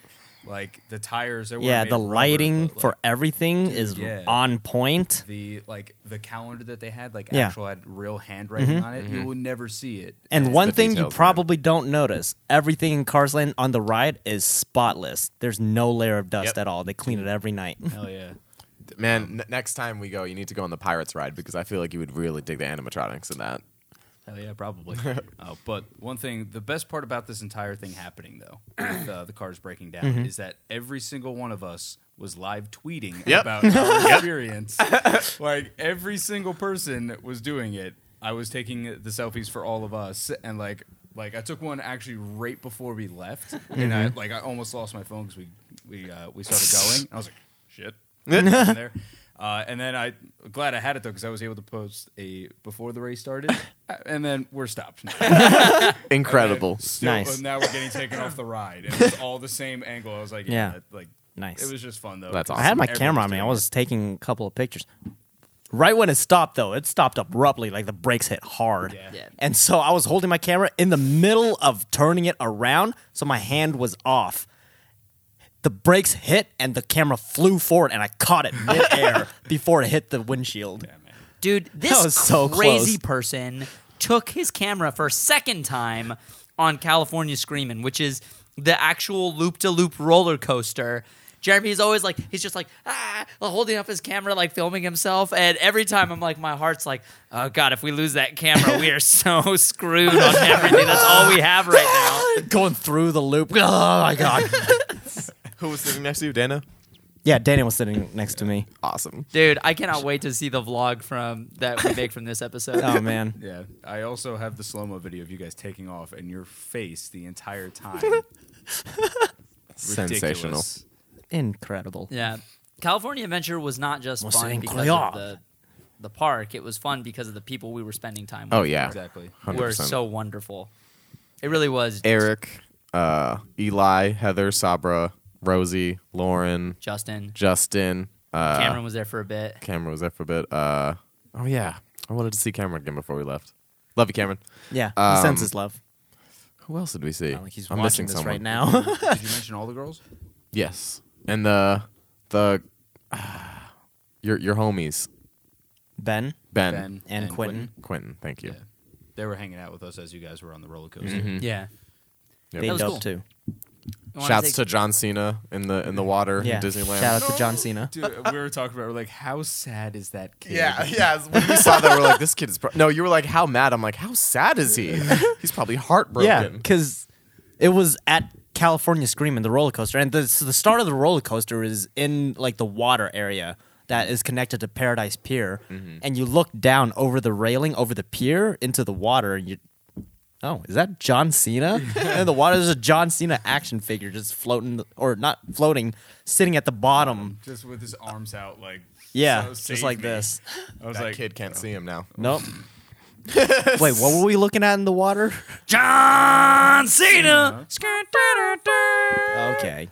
C: Like the tires. they were
B: Yeah,
C: made
B: the
C: of rubber,
B: lighting
C: but, like,
B: for everything is
C: yeah.
B: on point.
C: the like the calendar that they had like
B: Yeah. Mm-hmm.
C: actual had real handwriting on it. You would never see it.
B: And one
D: the
B: thing
D: details,
B: you
D: man.
B: probably don't notice, everything in Cars Land on the ride is spotless. There's no layer of dust
D: Yep.
B: at all. They clean it every night.
C: Hell yeah.
D: Man, n- next time we go, you need to go on the Pirates ride because I feel like you would really dig the animatronics in that.
C: Hell yeah, probably. uh, but one thing, the best part about this entire thing happening, though, with uh, the cars breaking down, is that every single one of us was live tweeting
D: Yep.
C: about our experience. like every single person was doing it. I was taking the selfies for all of us, and like, like I took one actually right before we left, and I
B: Mm-hmm.
C: like I almost lost my phone because we we uh, we started going. I was like, shit. in there. Uh, and then I glad I had it though because I was able to post a before the race started, Uh, and then we're stopped. Now.
D: Incredible.
C: Still,
B: Nice.
C: And now we're getting taken off the ride. It was all the same angle. I was like, yeah,
B: Yeah.
C: like
B: Nice.
C: It was just fun though.
D: That's
B: I had my
C: Everyone
B: camera on me. I
C: doing
B: was taking a couple of pictures. Right when it stopped, though, it stopped abruptly. Like the brakes hit hard.
C: Yeah.
A: Yeah.
B: And so I was holding my camera in the middle of turning it around. So my hand was off. The brakes hit and the camera flew forward, and I caught it midair before it hit the windshield.
C: it. Yeah, man.
A: Dude, this
B: was so
A: crazy
B: close.
A: person took his camera for a second time on California Screamin', which is the actual loop-to-loop roller coaster. Jeremy is always like he's just like ah, holding up his camera, like filming himself, and every time I'm like, my heart's like, oh god, if we lose that camera, we are so screwed on everything. That's all we have right now.
B: Going through the loop. Oh my God.
D: Who was sitting next to you, Dana?
B: yeah, Daniel was sitting next to me.
D: Awesome.
A: Dude, I cannot wait to see the vlog from that we make from this episode.
B: Oh, man.
C: Yeah, I also have the slow mo video of you guys taking off and your face the entire time.
D: Sensational.
C: Ridiculous.
B: Incredible.
A: Yeah. California Adventure was not just
B: Was
A: fun
B: saying
A: because
B: Cleo.
A: of the, the park. It was fun because of the people we were spending time with.
D: Oh yeah.
C: Exactly.
A: who were
D: 100%.
A: so wonderful. It really was.
D: Eric, uh, Eli, Heather, Sabra, Rosie, Lauren,
A: Justin.
D: Justin, uh,
A: Cameron was there for a bit.
D: Cameron was there for a bit. Uh, oh yeah, I wanted to see Cameron again before we left. Love you, Cameron.
B: Yeah. He
D: Um,
B: senses love.
D: Who else did we see?
B: Like he's
D: I'm missing
B: watching this
D: someone.
B: right now.
C: Did you mention all the girls?
D: Yes, and the the. your your homies,
B: Ben
D: Ben,
C: Ben
B: and, Quentin.
D: Quentin. Thank you.
C: Yeah. Mm-hmm. They were hanging out with us as you guys were on the roller coaster.
D: Mm.
A: Yeah.
D: Yep.
B: They
A: That was
B: dope
A: cool.
B: too.
A: I wanna
D: Shouts
A: take-
D: to John Cena in the in the water
B: Yeah.
D: in Disneyland.
B: Shout out to John Cena.
C: Dude, we were talking about we're like, how sad is that kid?
D: Yeah, yeah. When we saw that, we're like, this kid is. Pro-. No, you were like, how mad? I'm like, how sad is he? He's probably
B: Yeah,
D: heartbroken.
B: because it was at California Screaming, the roller coaster, and the so the start of the roller coaster is in like the water area that is connected to Paradise Pier,
C: Mm-hmm.
B: and you look down over the railing over the pier into the water, and you. Oh, is that John Cena? and the water there's a John Cena action figure just floating, or not floating, sitting at the bottom.
C: Just with his arms out, like
B: Yeah,
C: so save
B: just like
C: me.
B: this.
C: I was
D: That
C: like,
D: kid can't see him now.
B: Nope. Wait, what were we looking at in the water?
A: John Cena.
C: Uh,
B: Okay.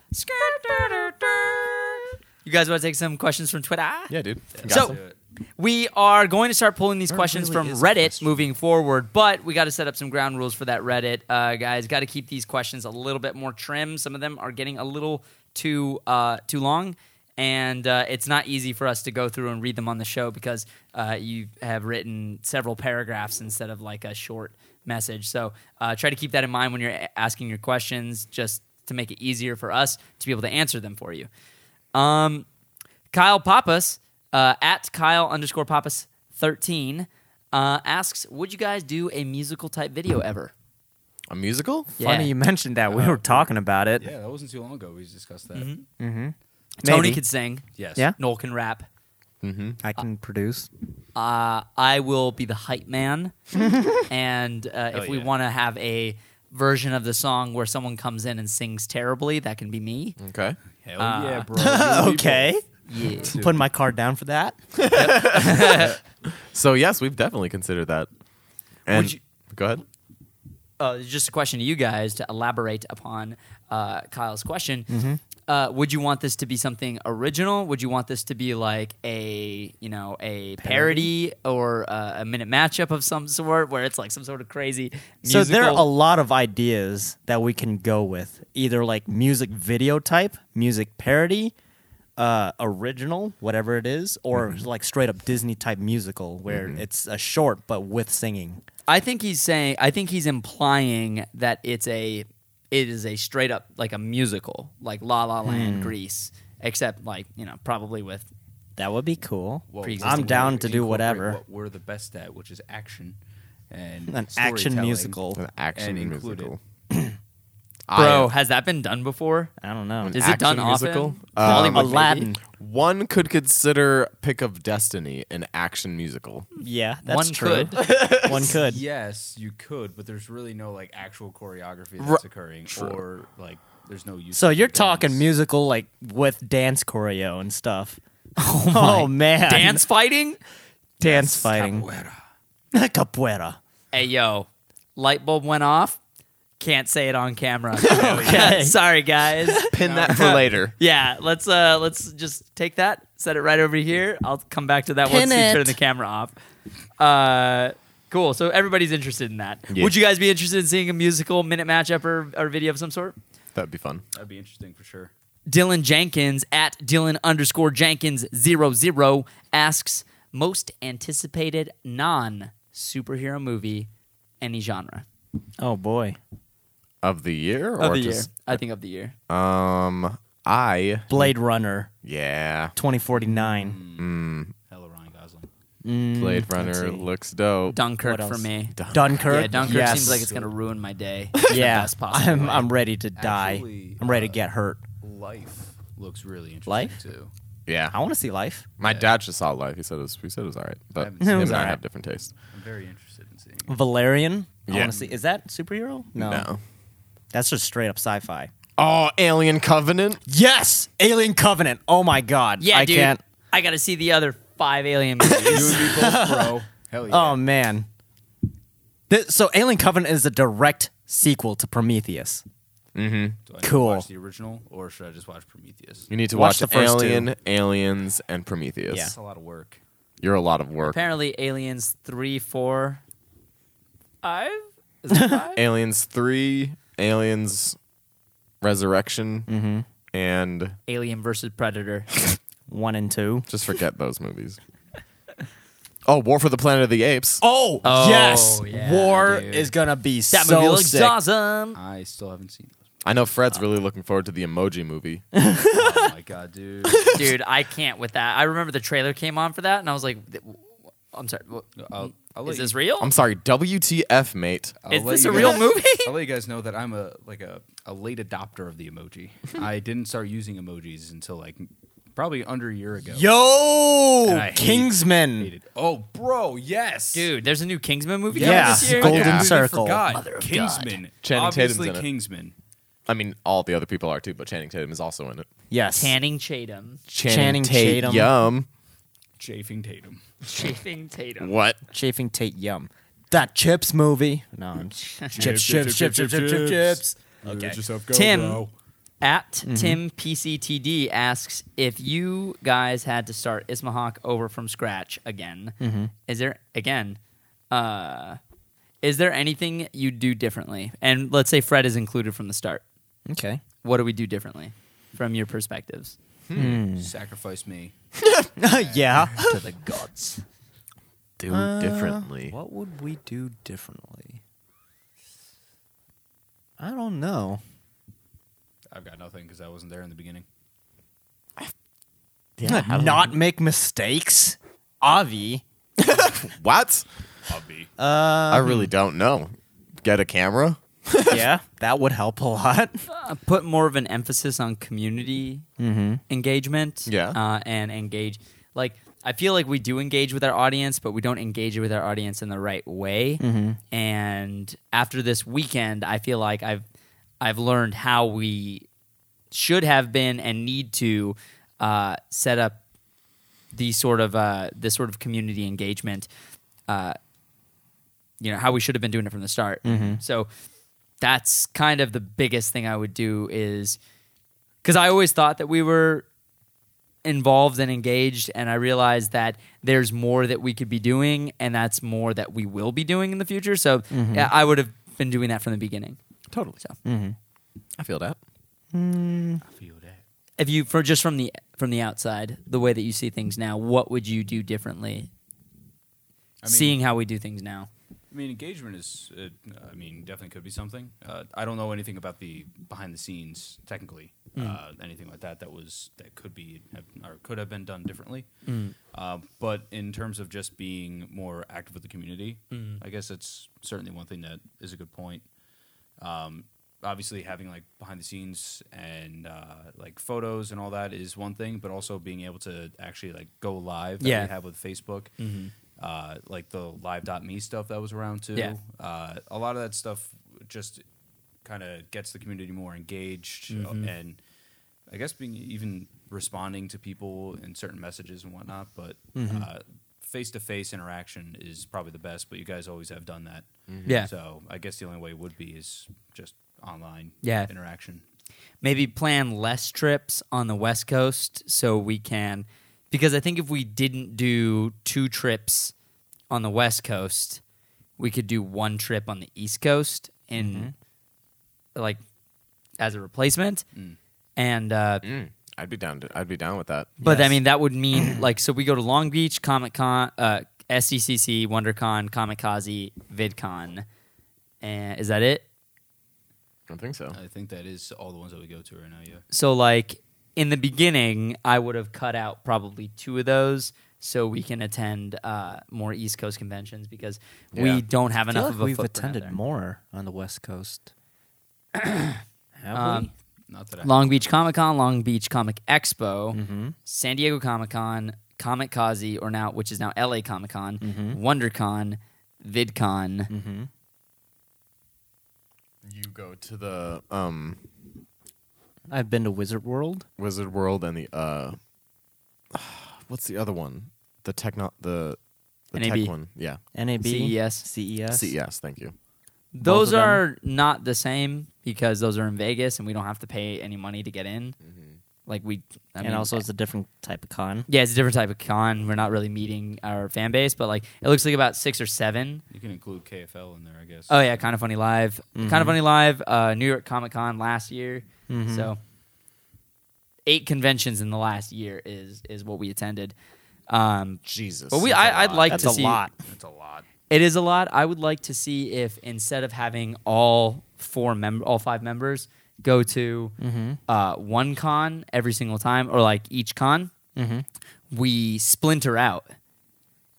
A: You guys want to take some questions from Twitter?
D: Yeah, dude.
A: So-
C: Do it.
A: We are going to start pulling these
B: There
A: questions
B: really
A: from
B: is a
A: Reddit
B: question.
A: moving forward, but we got to set up some ground rules for that Reddit. Uh, guys, got to keep these questions a little bit more trim. Some of them are getting a little too uh, too long, and uh, it's not easy for us to go through and read them on the show because uh, you have written several paragraphs instead of like a short message. So uh, try to keep that in mind when you're a- asking your questions, just to make it easier for us to be able to answer them for you. Um, Kyle Pappas uh, at Kyle underscore Pappas thirteen uh, asks, "Would you guys do a musical type video ever?"
D: a musical?
A: Yeah.
B: Funny you mentioned that. We were talking about it.
C: yeah, that wasn't too long ago. We discussed that.
A: Tony
B: Maybe.
A: could sing.
C: Mm-hmm. Yes.
B: Yeah.
A: Noel can rap.
B: I can produce.
A: Uh, I will be the hype man, and uh, if
C: Hell
A: we
C: yeah.
A: want to have a version of the song where someone comes in and sings terribly, that can be me.
D: Okay.
C: Hell yeah, bro. You
B: okay.
A: Yeah.
B: Putting my card down for that.
D: So yes, we've definitely considered that. And
A: Would you-
D: go ahead.
A: uh, just a question to you guys to elaborate upon uh, Kyle's question.
B: Mm-hmm.
A: Uh, would you want this to be something original? Would you want this to be like a you know a parody, or uh, a minute matchup of some sort where it's like some sort of crazy?
B: So there are a
A: musical-
B: lot of ideas that we can go with. Either like music video type, music parody, uh, original, whatever it is, or like straight up Disney type musical where it's a short but with singing.
A: I think he's saying. I think he's implying that it's a it is a straight up like a musical, like La
B: Hmm.
A: La Land, Grease, except like you know probably with
B: That would be cool.
C: Well,
A: Pre-existing
B: I'm down
C: we
B: to do
C: incorporate
B: whatever.
C: What we're the best at, which is action and
B: An action
C: storytelling.
B: musical.
D: An action
C: And include
D: musical.
A: bro. has that been done before?
B: I don't know.
A: Is it done
D: action
A: often?
D: musical?
A: Hollywood, maybe?
B: Uh, Aladdin.
D: One could consider Pick of Destiny an action musical.
B: Yeah, that's
A: One
B: true. One could.
C: Yes, you could, but there's really no like actual choreography that's
D: Ru-
C: occurring,
D: True.
C: or like there's no use.
B: So
C: of
B: you're
C: dance.
B: talking musical like with dance choreo and stuff. Oh, man,
A: Dance fighting?
B: dance fighting, capoeira.
A: Hey yo, light bulb went off. Can't say it on camera. okay. Sorry guys.
D: Pin that for later.
A: Yeah, let's uh let's just take that, set it right over here. I'll come back to that
B: Pin
A: once you
B: it.
A: turn the camera off. Uh cool. So everybody's interested in that.
D: Yeah.
A: Would you guys be interested in seeing a musical minute matchup or, or video of some sort?
D: That'd be fun.
C: That'd be interesting for sure.
A: Dylan Jenkins at Dylan underscore Jenkins zero zero asks most anticipated non superhero movie any genre
B: Oh boy,
D: Of the year or
A: of the year.
D: just
A: I think of the year.
D: um I
B: Blade Runner
D: yeah.
B: 2049,
C: Hella Ryan Gosling.
D: Blade
B: let's
D: Runner
B: see.
D: looks dope.
A: Dunkirk
B: What
A: for
B: else?
A: me.
B: Mm. Dunkirk.
A: Yeah, Dunkirk
B: Yes.
A: seems like it's gonna ruin my day.
B: yeah.
A: best possible
B: I'm
A: way.
B: I'm ready to die.
C: Actually,
B: I'm ready
C: uh,
B: to get hurt.
C: Life looks really interesting
B: Life?
C: too.
B: I
D: Yeah.
B: want to see life.
D: My dad just saw Life. He said it was he said it was alright. But him
C: haven't
D: and
C: seen
B: it. It was
D: I
B: alright.
D: have different tastes.
C: I'm very interested in seeing. It.
B: Valerian. I
D: Yeah.
B: want to see. Is that superhero? that's just straight up sci-fi.
D: Oh, Alien Covenant.
B: Yes, Alien Covenant. Oh my God.
A: Yeah,
B: I
A: dude.
B: can't.
A: I gotta see the other five alien
C: you
A: movies.
C: and me both, bro. Hell yeah.
B: Oh man. Thi- so Alien Covenant is a direct sequel to Prometheus.
C: Do I need to
B: cool.
C: Watch the original, or should I just watch Prometheus?
D: You need to watch,
B: Watch the first
D: Alien, Aliens, and Prometheus.
B: Yeah.
C: That's a lot of work.
D: You're a lot of work.
A: Apparently, Aliens three, four, five. Is that five?
D: Aliens three,
B: Mm-hmm.
D: Aliens Resurrection, and
A: Alien versus Predator.
B: one and two.
D: Just forget those movies. Oh, War for the Planet of the Apes.
B: Oh,
A: Oh,
B: yes,
A: yeah,
B: War
C: dude.
B: is gonna be
A: That
B: so
A: movie looks
B: sick.
A: awesome.
C: I still haven't seen those.
D: I know Fred's really looking forward to the Emoji movie.
C: Oh my god, dude.
A: Dude, I can't with that. I remember the trailer came on for that, and I was like, th- w- w- I'm sorry. w-
C: I'll, I'll
A: Is
C: let
A: this
C: you,
A: real?
D: I'm sorry, WTF, mate.
C: I'll
A: Is
C: let
A: this
C: you
A: a real
C: guys-
A: movie?
C: I'll let you guys know that I'm a like a, a late adopter of the emoji. I didn't start using emojis until like probably under a year ago. And
B: Yo,
C: I hate-
B: Kingsman.
C: Hated- Oh, bro, yes,
A: Dude, there's a new Kingsman movie
B: Yeah.
A: coming
B: Yeah.
A: this year.
B: Golden
C: I completely
B: Circle.
C: Forgot.
A: Mother of God.
C: Kingsman.
D: Channing Tatum's
C: Obviously,
D: in it.
C: Kingsman.
D: I mean, all the other people are too, but Channing Tatum is also in it.
B: Yes,
A: Channing Tatum.
B: Channing Tatum.
D: Yum.
C: Chafing Tatum.
A: Channing Tatum.
D: What?
B: Chafing Tate Yum. That Chips movie. No, I'm- chips, chips, chips, chips, chips, chips, chips. Okay.
A: Tim at Tim PCTD asks if you guys had to start Ismahawk over from scratch again. Is there again? Uh, is there anything you do differently? And let's say Fred is included from the start.
B: Okay.
A: What do we do differently from your perspectives?
D: Mm.
C: Sacrifice me
B: yeah.
C: to the gods.
D: Do differently.
B: What would we do differently? I don't know.
C: I've got nothing because I wasn't there in the beginning.
B: Not make mistakes. Avi. uh,
D: What?
C: I'll be.
A: Uh.
D: I
B: Um,
D: really don't know. Get a camera?
B: yeah, that would help a lot.
A: Uh, put more of an emphasis on community engagement.
D: Yeah.
A: uh, and engage. Like I feel like we do engage with our audience, but we don't engage with our audience in the right way. And after this weekend, I feel like I've I've learned how we should have been and need to uh, set up these sort of uh, this sort of community engagement. Uh, you know how we should have been doing it from the start. So that's kind of the biggest thing I would do is because I always thought that we were involved and engaged, and I realized that there's more that we could be doing, and that's more that we will be doing in the future. So yeah, I would have been doing that from the beginning.
D: Totally.
A: So
D: I feel that.
C: I feel that.
A: if you for just from the from the outside, the way that you see things now, what would you do differently?
C: I mean-
A: Seeing how we do things now,
C: I mean, engagement is. Uh, I mean, definitely could be something. Uh, I don't know anything about the behind the scenes technically, uh, anything like that. That was that could be have, or could have been done differently. Uh, but in terms of just being more active with the community, I guess that's certainly one thing that is a good point. Um, obviously, having like behind the scenes and uh, like photos and all that is one thing, but also being able to actually like go live. That
A: Yeah.
C: we have with Facebook
A: Mm-hmm.
C: uh, like the live.me stuff that was around too.
A: Yeah.
C: Uh, a lot of that stuff just kind of gets the community more engaged uh,
A: Mm-hmm.
C: and I guess being even responding to people in certain messages and whatnot. But
A: Mm-hmm.
C: face to face interaction is probably the best, but you guys always have done that.
A: Yeah.
C: So I guess the only way would be is just online
A: Yeah.
C: interaction.
A: maybe plan less trips on the West Coast so we can, because I think if we didn't do two trips on the West Coast, we could do one trip on the East Coast in, like, as a replacement, and uh,
D: Mm.
B: Mm.
D: I'd be down. To, I'd be down with that.
A: but I
B: Yes.
A: mean, that would mean like so we go to Long Beach, Comic Con, uh, SCCC, WonderCon, Kamikaze, VidCon, and is that it?
D: I don't think so.
A: Oh.
C: I think that is all the ones that we go to right now. Yeah.
A: So like in the beginning, I would have cut out probably two of those so we can attend uh, more East Coast conventions because
D: Yeah.
A: we don't have enough of a
B: we've
A: footprint out
B: attended
A: there.
B: more on the West Coast. Have we?
C: Um, Not that I
A: Long Beach Comic Con, Long Beach Comic
B: Mm-hmm.
A: Expo, San Diego Comic Con, Comic Kazi, or now which is now LA Comic Con,
B: Mm-hmm.
A: WonderCon, VidCon.
D: You go to the um,
B: I've been to Wizard World.
D: Wizard World and the uh, what's the other one? The techno the the
A: NAB.
D: tech one. Yeah.
B: NAB.
A: CES.
B: CES.
A: E
D: CES. Thank you.
A: Those
B: of them.
A: are not the same because those are in Vegas and we don't have to pay any money to get in.
B: Mm-hmm.
A: Like we, I
B: and
A: mean,
B: also, it's a different type of con.
A: Yeah, it's a different type of con. We're not really meeting our fan base, but like it looks like about six or seven.
C: you can include KFL in there, I guess.
A: Oh yeah, kind of funny
B: Mm-hmm.
A: live, kind of funny live. Uh, New York Comic Con last year, so eight conventions in the last year is is what we attended. Um,
D: Jesus.
A: but we, I, I'd like
B: That's
A: to
B: a
A: see
B: lot.
C: That's a lot.
A: it is a lot. I would like to see if instead of having all four mem- all five members go to
B: Mm-hmm.
A: uh, one con every single time, or like each con,
B: Mm-hmm.
A: we splinter out,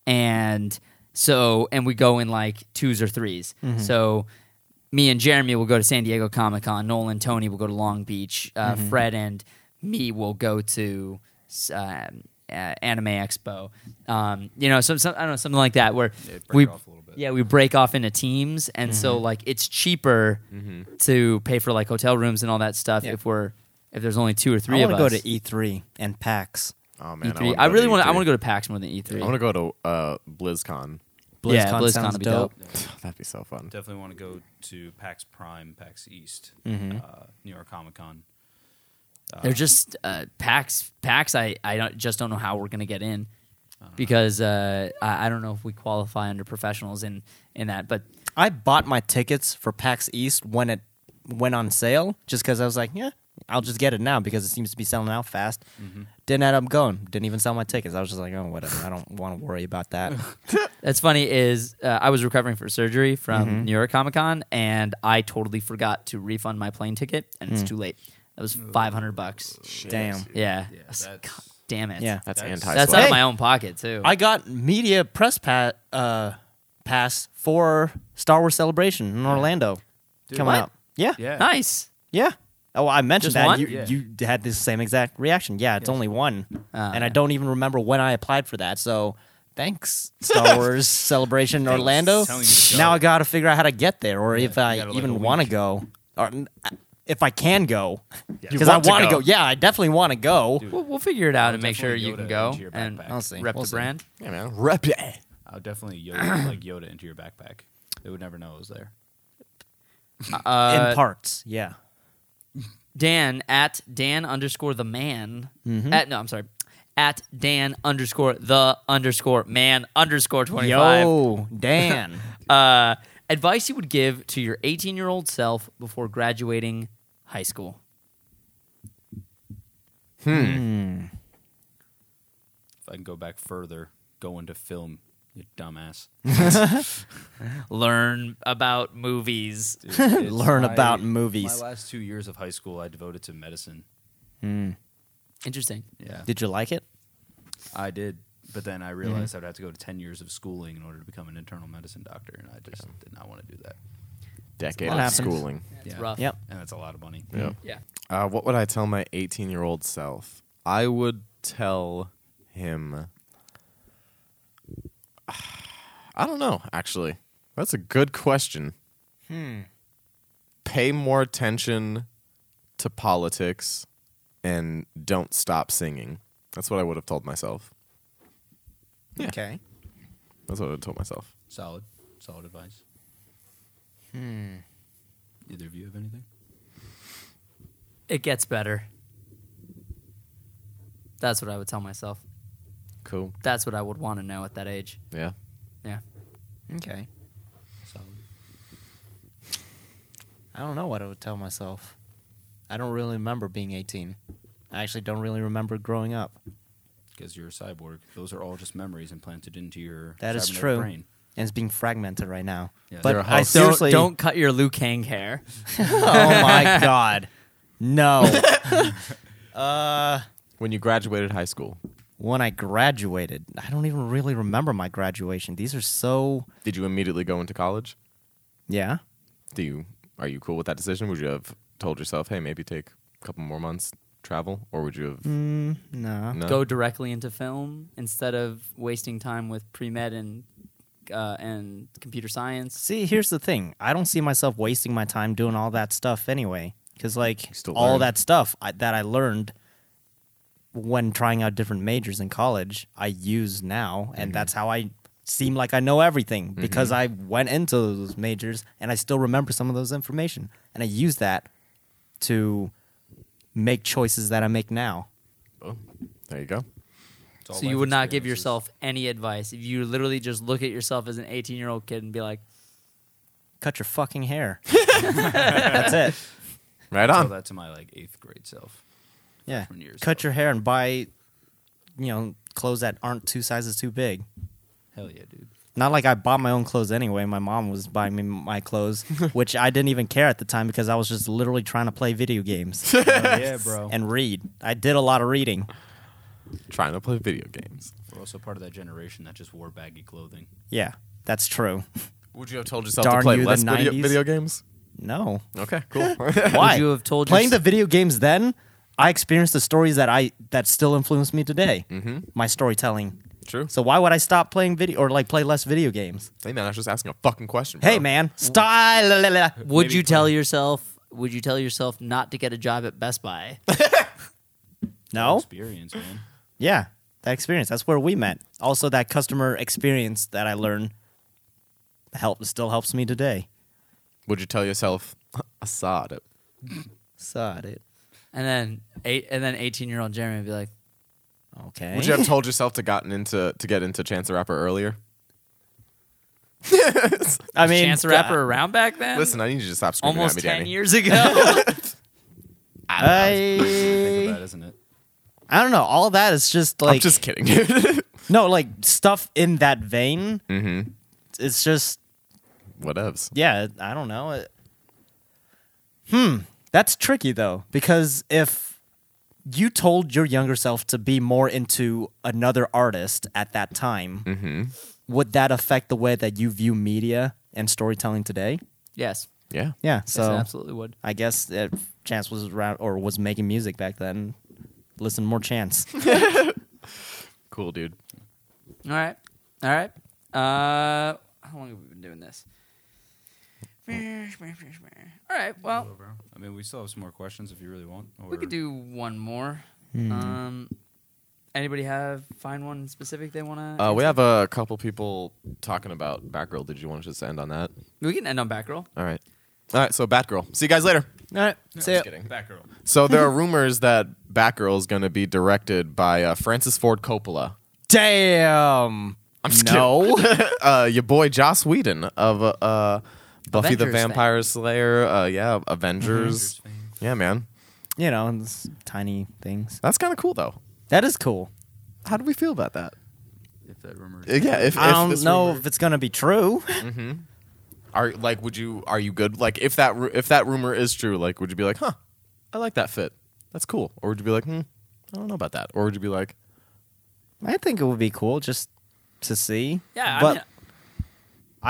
A: and so and we go in like twos or 3s
B: Mm-hmm.
A: So me and Jeremy will go to San Diego Comic Con. Nolan and Tony will go to Long Beach. Uh,
B: Mm-hmm.
A: Fred and me will go to s- um, uh, Anime Expo. Um, you know, some, some I don't know something like that where
C: Yeah, break
A: we
C: it off a little bit.
A: yeah we break off into teams, and
B: Mm-hmm.
A: so like it's cheaper to pay for like hotel rooms and all that stuff if we're if there's only two or three
B: I
A: of
B: want
A: us.
B: to go to E E3 and PAX.
D: oh man,
A: E3.
D: wanna
A: E I,
D: go
A: really want to. I
D: E3.
A: want to E go to PAX more than E3.
D: I want to go to uh, BlizzCon.
B: BlizzCon
A: yeah, BlizzCon
B: sounds
A: would be
B: dope.
A: dope.
D: That'd be so fun.
C: Definitely want to go to PAX Prime, PAX East,
B: Mm-hmm.
C: uh, New York Comic Con.
A: They're just uh, packs. Packs. I I don't, just don't know how we're gonna get in because uh, I, I don't know if we qualify under professionals in in that. But
B: I bought my tickets for PAX East when it went on sale, just because I was like, yeah, I'll just get it now because it seems to be selling out fast. Didn't end up going. Didn't even sell my tickets. I was just like, oh, whatever. I don't want to worry about that.
A: that's funny. Is uh, I was recovering from surgery from
B: Mm-hmm.
A: New York Comic Con and I totally forgot to refund my plane ticket and
B: Mm.
A: it's too late. That was five hundred bucks.
B: Damn.
A: Yeah.
C: Yeah,
A: I was like,
C: that's-
A: God damn it.
B: Yeah.
D: That's,
C: That's-
D: anti.
A: That's
B: Hey.
A: out of my own pocket too.
B: I got media press pa- uh, pass for Star Wars Celebration in Orlando coming
A: what?
B: up. Yeah. yeah.
C: Yeah.
A: nice.
B: Oh, I
A: Just
B: mentioned that.
A: one?
B: You,
C: Yeah.
B: you had the same exact reaction. Yeah, it's only one. and I don't even remember when I applied for that. So thanks, Star Wars Celebration Orlando.
C: Telling you to go.
B: Now I got to figure out how to get there or if
C: you
B: I
C: gotta, like, a
B: even
C: week.
B: want to go. Or mm, if I can go.
D: You
B: Because I
D: want to
B: want to
D: go.
B: go. Yeah, I definitely want to go.
C: Dude,
A: We'll, we'll figure it out
C: I'll
A: and make sure
C: definitely
A: you can
C: Yoda
A: go
C: into your
A: and
C: backpack.
B: I'll see.
A: rep
B: We'll
A: the
B: see.
A: brand.
D: Yeah, man. Rep it.
C: I'll definitely Yoda, like Yoda into your backpack. They would never know it was there.
A: Uh,
B: in parts. Yeah.
A: Dan at Dan underscore the man.
B: Mm-hmm.
A: At no, I'm sorry. At Dan underscore the underscore man underscore twenty five.
B: Yo, Dan.
A: Uh, advice you would give to your 18 year old self before graduating high school.
C: If I can go back further, go into film, you dumbass.
A: Learn about movies.
C: Dude, it's
B: Learn
C: my-
B: about movies.
C: My last two years of high school, I devoted to medicine.
A: Interesting.
C: Yeah,
B: Did you like it?
C: I did, but then I
B: Mm-hmm.
C: realized I'd have to go to ten years of schooling in order to become an internal medicine doctor, and I just did not want to do that.
D: Decade
A: What
D: of
A: happens?
D: schooling.
A: It's
C: Yeah.
A: rough.
B: Yep.
C: And that's a lot of money.
D: Yeah.
A: Yeah.
D: Uh, what would I tell my 18 year old self? I would tell him. I don't know, actually. That's a good question. Hmm. Pay more attention to politics and don't stop singing. That's what I would have told myself. Yeah.
B: Okay.
D: That's what I would have told myself.
C: Solid, solid advice. Hmm. Either of you have anything?
A: It gets better. That's what I would tell myself.
D: Cool.
A: That's what I would want to know at that age.
D: Yeah.
A: Yeah.
B: Okay.
C: Solid.
B: I don't know what I would tell myself. I don't really remember being 18. I actually don't really remember growing up.
C: Because you're a cyborg. Those are all just memories implanted into your
B: That is
C: cybernetic
B: true.
C: brain.
B: And it's being fragmented right now.
C: Yeah. You're a
B: but I
D: house.
A: Don't,
B: Oh, seriously
A: don't cut your Liu Kang hair.
B: oh my god. No.
D: When you graduated high school,
B: when I graduated, I don't even really remember my graduation. These are so
D: did you immediately go into college?
B: yeah.
D: do you are you cool with that decision? Would you have told yourself, hey, maybe take a couple more months travel, or would you have
B: Mm. No.
D: no?
A: Go directly into film instead of wasting time with pre med and uh, and computer science.
B: See, here's the thing. I don't see myself wasting my time doing all that stuff anyway. Because, like,
D: still
B: all
D: learn.
B: that stuff I, that I learned when trying out different majors in college, I use now.
D: Mm-hmm.
B: And that's how I seem like I know everything because I went into those majors and I still remember some of those information. And I use that to make choices that I make now.
D: Oh, There you go.
C: It's all
A: so you
C: life
A: would not give
C: experiences.
A: yourself any advice if you literally just look at yourself as an 18 year old kid and be like,
B: Cut your fucking hair. that's it.
D: Right
C: Tell
D: on.
C: that to my like eighth grade self.
B: Yeah.
C: freshman year.
B: Cut
C: so-
B: your hair and buy, you know, clothes that aren't two sizes too big.
C: hell yeah, dude.
B: Not like I bought my own clothes anyway. My mom was buying me my clothes, which I didn't even care at the time because I was just literally trying to play video games
C: Hell yeah, bro.
B: and read. I did a lot of reading.
D: Trying to play video games.
C: We're also part of that generation that just wore baggy clothing.
B: Yeah, that's true.
D: Would you have told yourself
B: Darn
D: to play
B: you, the
D: less video,
B: 90s.
D: video games?
B: No.
D: Okay, cool.
B: Why?
A: you have told
B: playing
A: yours-
B: the video games then? I experienced the stories that I that still influence me today. Mm-hmm. My storytelling.
D: True.
B: So why would I stop playing video or like play less video games?
D: hey man, I was just asking a fucking question. Bro.
B: Hey man, style.
A: Would you tell yourself? Would you tell yourself not to get a job at Best Buy?
B: No.
C: experience, man.
B: Yeah, that experience. That's where we met. Also, that customer experience that I learned help still helps me today.
D: Would you tell yourself Assad? it-
B: Saw it.
A: And then eight, and then eighteen-year-old Jeremy would be like,
B: Okay.
D: Would you have told yourself to gotten into to get into Chance the Rapper earlier?
B: I mean,
A: "Chance the Rapper around back
B: Um,
A: then?
D: Listen, I need you to stop screaming
A: almost
D: at me,
A: ten
D: Danny.
A: years ago."
C: Think of
B: I,
C: that, isn't it?
B: I don't know. All that is just like
D: I'm just kidding. dude.
B: no, like stuff in that vein. Mm-hmm. It's just
D: Whatevs.
B: yeah. I don't know. It- hmm. That's tricky though, because if you told your younger self to be more into another artist at that time, would that affect the way that you view media and storytelling today?
A: yes,
D: Yeah.
B: Yeah.
A: so
B: So
A: yes, it absolutely would.
B: I guess if Chance was around or was making music back then, listen to more Chance.
D: Cool, dude.
A: All right, all right. Uh, how long have we been doing this? All right. Well,
C: I mean, we still have some more questions if you really want. Or
A: Oh. we could do one more.
D: Hmm.
A: Um, anybody have find one specific they want to?
D: Uh, we have a couple people talking about Batgirl. Did you want to just end on that?
A: we can end on Batgirl.
D: All right. All right. So Batgirl. See you guys later.
B: All right. See ya.
D: Just kidding.
C: Batgirl.
D: So there are rumors that Batgirl is going to be directed by uh, Francis Ford Coppola.
B: Damn.
D: I'm just
B: No.
D: kidding. uh, your boy Joss Whedon of uh, uh, Buffy the
A: Avengers
D: Vampire Slayer. Uh, yeah, Avengers.
C: Avengers fan.
D: Yeah, man.
B: you know, and s- tiny things.
D: That's kind of cool, though.
B: That is cool.
D: How do we feel about that?
C: If that rumor.
D: Uh, Yeah, if,
B: I
D: if
B: don't
D: this
B: know
D: rumor-
B: if it's gonna be true.
D: Are like, would you? Are you good? Like, if that ru- if that rumor is true, like, would you be like, huh, I like that fit. That's cool. Or would you be like, hmm, I don't know about that. Or would you be like,
B: I think it would be cool just to see.
A: Yeah, I
B: but I,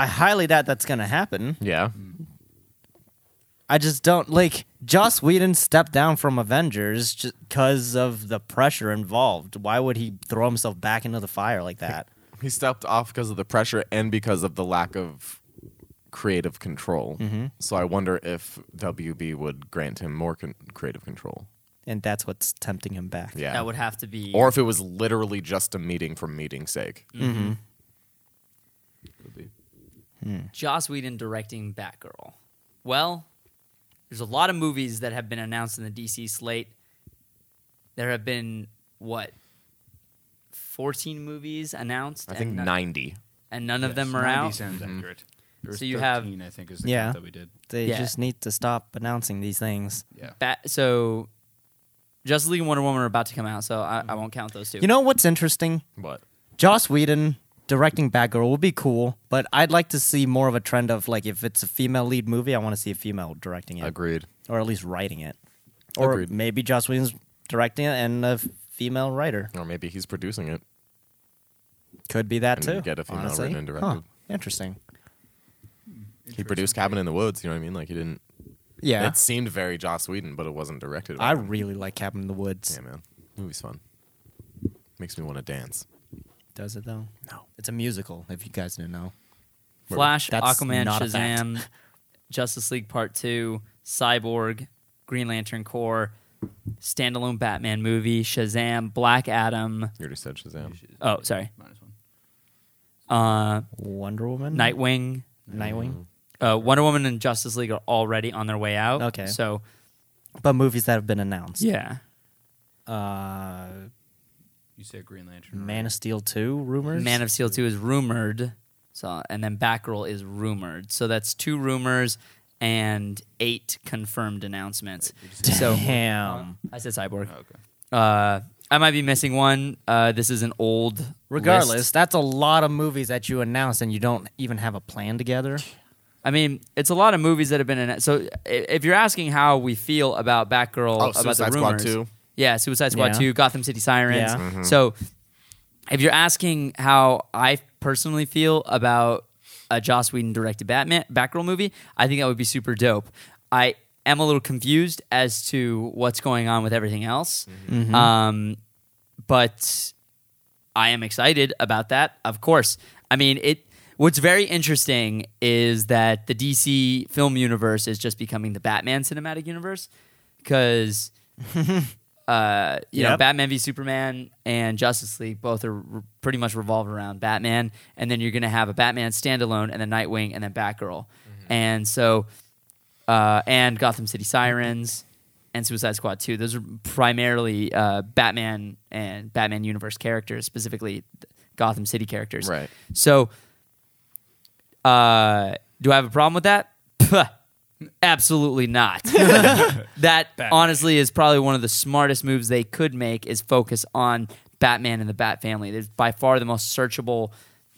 A: mean-
B: highly doubt that's gonna happen.
D: yeah,
A: Mm.
B: I just don't like Joss Whedon stepped down from Avengers just because of the pressure involved. Why would he throw himself back into the fire like that?
D: he stepped off because of the pressure and because of the lack of creative control.
A: Mm-hmm.
D: So I wonder if WB would grant him more con- creative control.
B: and that's what's tempting him back.
D: Yeah,
A: That would have to be. Mm.
D: or if it was literally just a meeting for meeting's sake.
A: Joss Whedon directing Batgirl. Well, there's a lot of movies that have been announced in the DC slate. There have been what? 14 movies announced
D: I think
A: and, no-
D: ninety.
A: and none of
C: Yes,
A: them are
C: 90
A: out.
C: sounds accurate. Mm-hmm. There was
A: So you have-
C: 13, I think, is the
B: Yeah.
C: count that we did.
B: They
A: Yeah.
B: just need to stop announcing these things.
C: Yeah.
A: Bat- so Justice League and Wonder Woman are about to come out, so I, I won't count those two.
B: You know what's interesting?
D: What?
B: Joss Whedon directing Batgirl would be cool, but I'd like to see more of a trend of like if it's a female lead movie, I want to see a female directing it,
D: Agreed.
B: or at least writing it, or
D: Agreed.
B: maybe Joss Whedon's directing it and a f- female writer
D: Or maybe he's producing it.
B: could be that
D: And
B: too.
D: you get a female
B: honestly.
D: written and
B: Huh.
D: directed.
B: Interesting.
D: He produced Cabin in the Woods. You know what I mean? Like he didn't.
B: Yeah,
D: It seemed very Joss Whedon, but it wasn't directed. by
B: I
D: him.
B: really like Cabin in the Woods.
D: Yeah, man. Movie's fun. Makes me want to dance.
B: Does it though?
D: No.
B: It's a musical. If you guys didn't know,
A: Flash,
B: That's
A: Aquaman,
B: not a fact.
A: Shazam, Justice League Part 2, Cyborg, Green Lantern Corps, standalone Batman movie, Shazam, Black Adam.
D: You already said Shazam.
A: Oh, sorry.
C: Minus one.
A: Uh,
B: Wonder Woman, Mm.
A: Nightwing,
B: Nightwing,
A: uh, Wonder Woman and Justice League are already on their way out.
B: Okay.
A: So
B: but movies that have been announced.
A: yeah,
B: Uh,
C: You said Green Lantern.
B: Man of Steel 2 rumors.
A: Man of Steel two is rumored. So and then Batgirl is rumored. So that's two rumors, and eight confirmed announcements. So Um,
B: Damn.
F: I said Cyborg.
C: Oh, Okay.
F: Uh,
A: I might be missing one. Uh, this is an old
B: Regardless,
A: list.
B: that's a lot of movies that you announce and you don't even have a plan together.
A: I mean, it's a lot of movies that have been in. So i- if you're asking how we feel about Batgirl,
D: Oh,
A: about
D: Suicide
A: the
D: Squad
A: rumors,
D: 2.
A: yeah, Suicide Squad
B: Yeah.
A: Two, Gotham City Sirens.
B: Yeah.
A: So if you're asking how I personally feel about a Joss Whedon directed Batman Batgirl movie, I think that would be super dope. I am a little confused as to what's going on with everything else, um, but I am excited about that. Of course, I mean it. What's very interesting is that the DC film universe is just becoming the Batman cinematic universe because uh, you know,
B: Yep.
A: Batman v Superman and Justice League both are re- pretty much revolve around Batman, and then you're going to have a Batman standalone, and then Nightwing, and then Batgirl, and so uh, and Gotham City Sirens and Suicide Squad 2. Those are primarily uh, Batman and Batman universe characters, specifically th- Gotham City characters.
D: Right.
A: So, uh, do I have a problem with that? Puh, Absolutely not. that honestly is probably one of the smartest moves they could make is focus on Batman and the Bat family. There's by far the most searchable,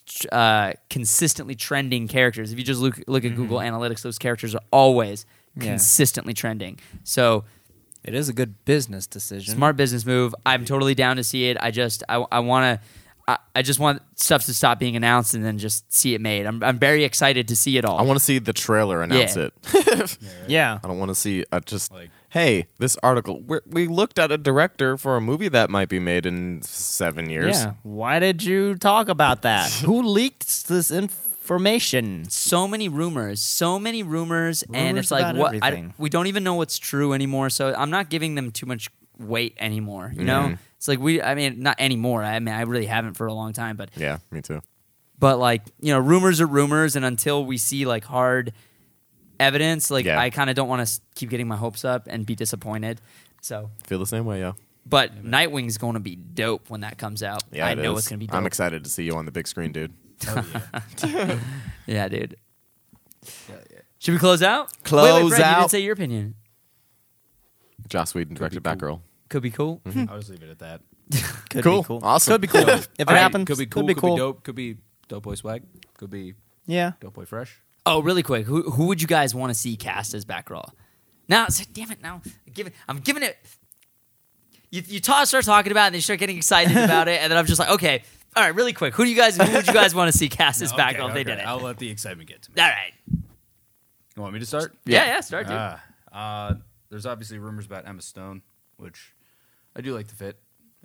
A: tr- uh, consistently trending characters. If you just look look at Google Analytics, those characters are always
B: Yeah.
A: consistently trending. So
B: It is a good business decision.
A: smart business move. I'm totally down to see it. I just I, I want to. I, I just want stuff to stop being announced and then just see it made. I'm, I'm very excited to see it all.
D: I want to see the trailer announce
A: Yeah.
D: it.
B: Yeah.
D: I don't want to see uh, just
C: Like-
D: hey, this article. We're, we looked at a director for a movie that might be made in seven years.
B: Yeah. Why did you talk about that? Who leaked this information?
A: so many rumors, so many rumors, and
B: Rumors
A: it's like
B: about
A: what I,
B: everything.
A: we don't even know what's true anymore. So I'm not giving them too much weight anymore. You
D: Mm-hmm.
A: know, it's like we. I mean, not anymore. I mean, I really haven't for a long time, but
D: Yeah, me too.
A: but like you know, rumors are rumors, and until we see like hard evidence, like
D: Yeah.
A: I kind of don't want to keep getting my hopes up and be disappointed. So,
D: Feel the same way, yeah.
A: but Nightwing's going to be dope when that comes out.
D: Yeah,
A: I
D: it
A: know
D: is.
A: it's going to be. Dope.
D: I'm excited to see you on the big screen, dude.
C: Oh,
A: Yeah, dude.
C: yeah.
A: Should we close out?
D: Close
A: Wait, wait, Brad, You didn't
D: out.
A: say your opinion.
D: Joss Whedon directed
C: be
D: Batgirl.
A: Could be cool.
D: Hmm.
C: I'll just leave it at that.
B: Could
D: Cool.
B: Be cool.
D: Awesome.
B: Could be cool. if it
C: All right,
B: happens,
C: Could be cool.
B: Could be cool.
C: dope. Could be dope boy swag. Could be
B: Yeah.
C: dope boy fresh.
A: Oh, really quick, who who would you guys want to see cast as Batgirl? Now, it's- damn it, now I'm giving, I'm giving it. You you ta- start talking about it, and then you start getting excited about it, and then I'm just like, okay, all right, really quick, who do you guys, who would you guys want to see cast as
C: Okay,
A: Batgirl if Oh, they
C: okay.
A: did it?
C: I'll
A: all
C: let the excitement get to me.
A: right,
C: You want me to start?
A: yeah, yeah, start, dude.
C: Ah, uh, there's obviously rumors about Emma Stone, which I do like the fit.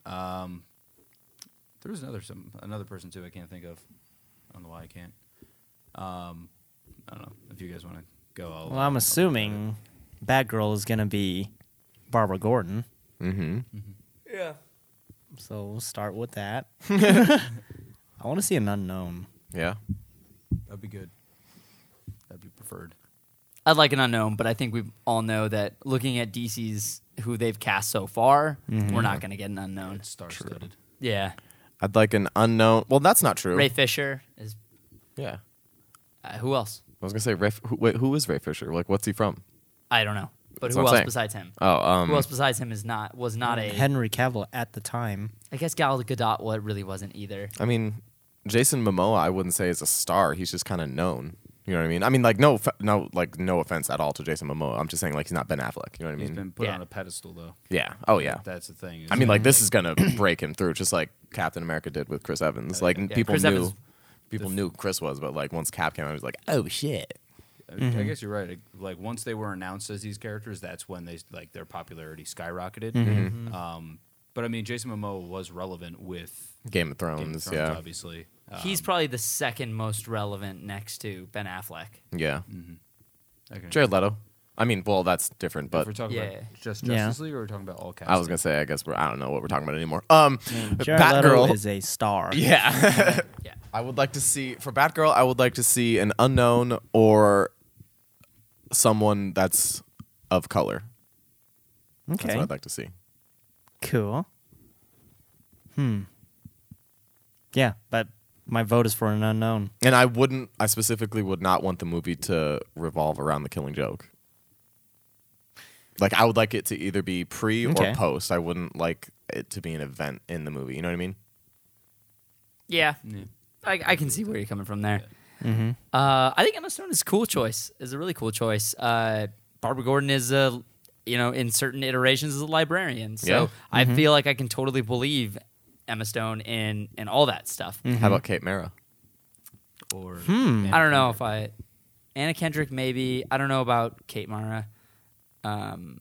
C: Um, there was another some another person too I can't think of. I don't know why I can't. Um, I don't know if you guys want to go. I'll,
B: Well, I'm assuming Batgirl is gonna be Barbara Gordon.
D: Mm-hmm.
A: yeah.
B: So we'll start with that. I want to see an unknown.
D: Yeah.
C: that'd be good. That'd be preferred.
A: I'd like an unknown, but I think we all know that looking at DC's who they've cast so far, we're not going to get an unknown.
C: It's star studded.
A: Yeah,
D: I'd like an unknown. Well, that's not true.
A: Ray Fisher is.
D: Yeah.
A: Uh, who else?
D: I was gonna say Ray. F- Who, wait, who is Ray Fisher? Like, what's he from?
A: I don't know, but
D: That's
A: who
D: what I'm
A: else
D: saying.
A: besides him?
D: Oh, um,
A: who else besides him is not was not a
B: Henry Cavill at the time.
A: I guess Gal Gadot wa- really wasn't either.
D: I mean, Jason Momoa. I wouldn't say is a star. He's just kind of known. You know what I mean? I mean, like no, off- no, like no offense at all to Jason Momoa. I'm just saying, like he's not Ben Affleck. You know what I
C: He's
D: mean?
C: been put
A: Yeah.
C: on a pedestal though.
D: yeah. Oh yeah.
C: That's the thing. is
D: I mean, like this is gonna break him through, just like Captain America did with Chris Evans.
C: Oh,
D: Like n-
A: yeah.
D: people
A: Chris
D: knew,
A: Evans-
D: people knew Chris was, but like once Cap came out, he was like, oh shit.
C: I, I guess you're right. Like once they were announced as these characters, that's when they like their popularity skyrocketed. Um, but I mean, Jason Momoa was relevant with
D: Game of Thrones.
C: Game of Thrones,
D: yeah.
C: obviously. Um,
A: He's probably the second most relevant next to Ben Affleck.
D: Yeah.
C: I can-
D: Jared Leto. I mean, well, that's different,
C: Mm-hmm. if
D: but
C: we're talking
A: Yeah.
C: about just
B: Yeah.
C: Justice League, or we're talking about all cast.
D: I was gonna say, I guess we're, I don't know what we're talking about anymore. Um,
B: Jared Leto
D: Batgirl
B: is a star.
D: Yeah.
A: Yeah.
D: I would like to see for Batgirl, I would like to see an unknown or someone that's of color. That's
B: Okay.
D: what I'd like to see.
B: Cool. Hmm. Yeah, but my vote is for an unknown.
D: And I wouldn't. I specifically would not want the movie to revolve around the Killing Joke. Like I would like it to either be pre
B: Okay.
D: or post. I wouldn't like it to be an event in the movie. You know what I mean?
A: Yeah,
C: Yeah.
A: I, I can see where you're coming from there. Uh, I think Emma Stone is a cool choice. Is a really cool choice. Uh, Barbara Gordon is a, you know, in certain iterations is a librarian. So
D: Yeah.
A: I feel like I can totally believe Emma Stone in in all that stuff.
B: Mm-hmm.
D: How about Kate Mara?
C: Or
A: I don't know if I Anna Kendrick maybe. I don't know about Kate Mara. Um,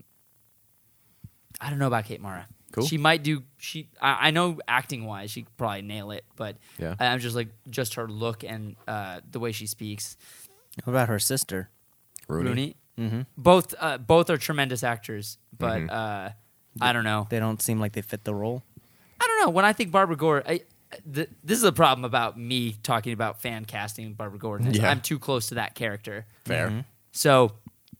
A: I don't know about Kate Mara.
D: Cool.
A: She might do. She I, I know acting wise, she could probably nail it. But
D: Yeah.
A: I, am just like just her look and uh, the way she speaks.
B: What about her sister?
D: Rooney.
A: Rooney. Both uh, both are tremendous actors, but
D: Mhm.
A: uh, I don't know.
B: They don't seem like they fit the role.
A: I don't know. When I think Barbara Gordon, I, th- this is a problem about me talking about fan casting Barbara Gordon. is
D: Yeah.
A: I'm too close to that character.
D: Fair.
B: Mm-hmm.
A: So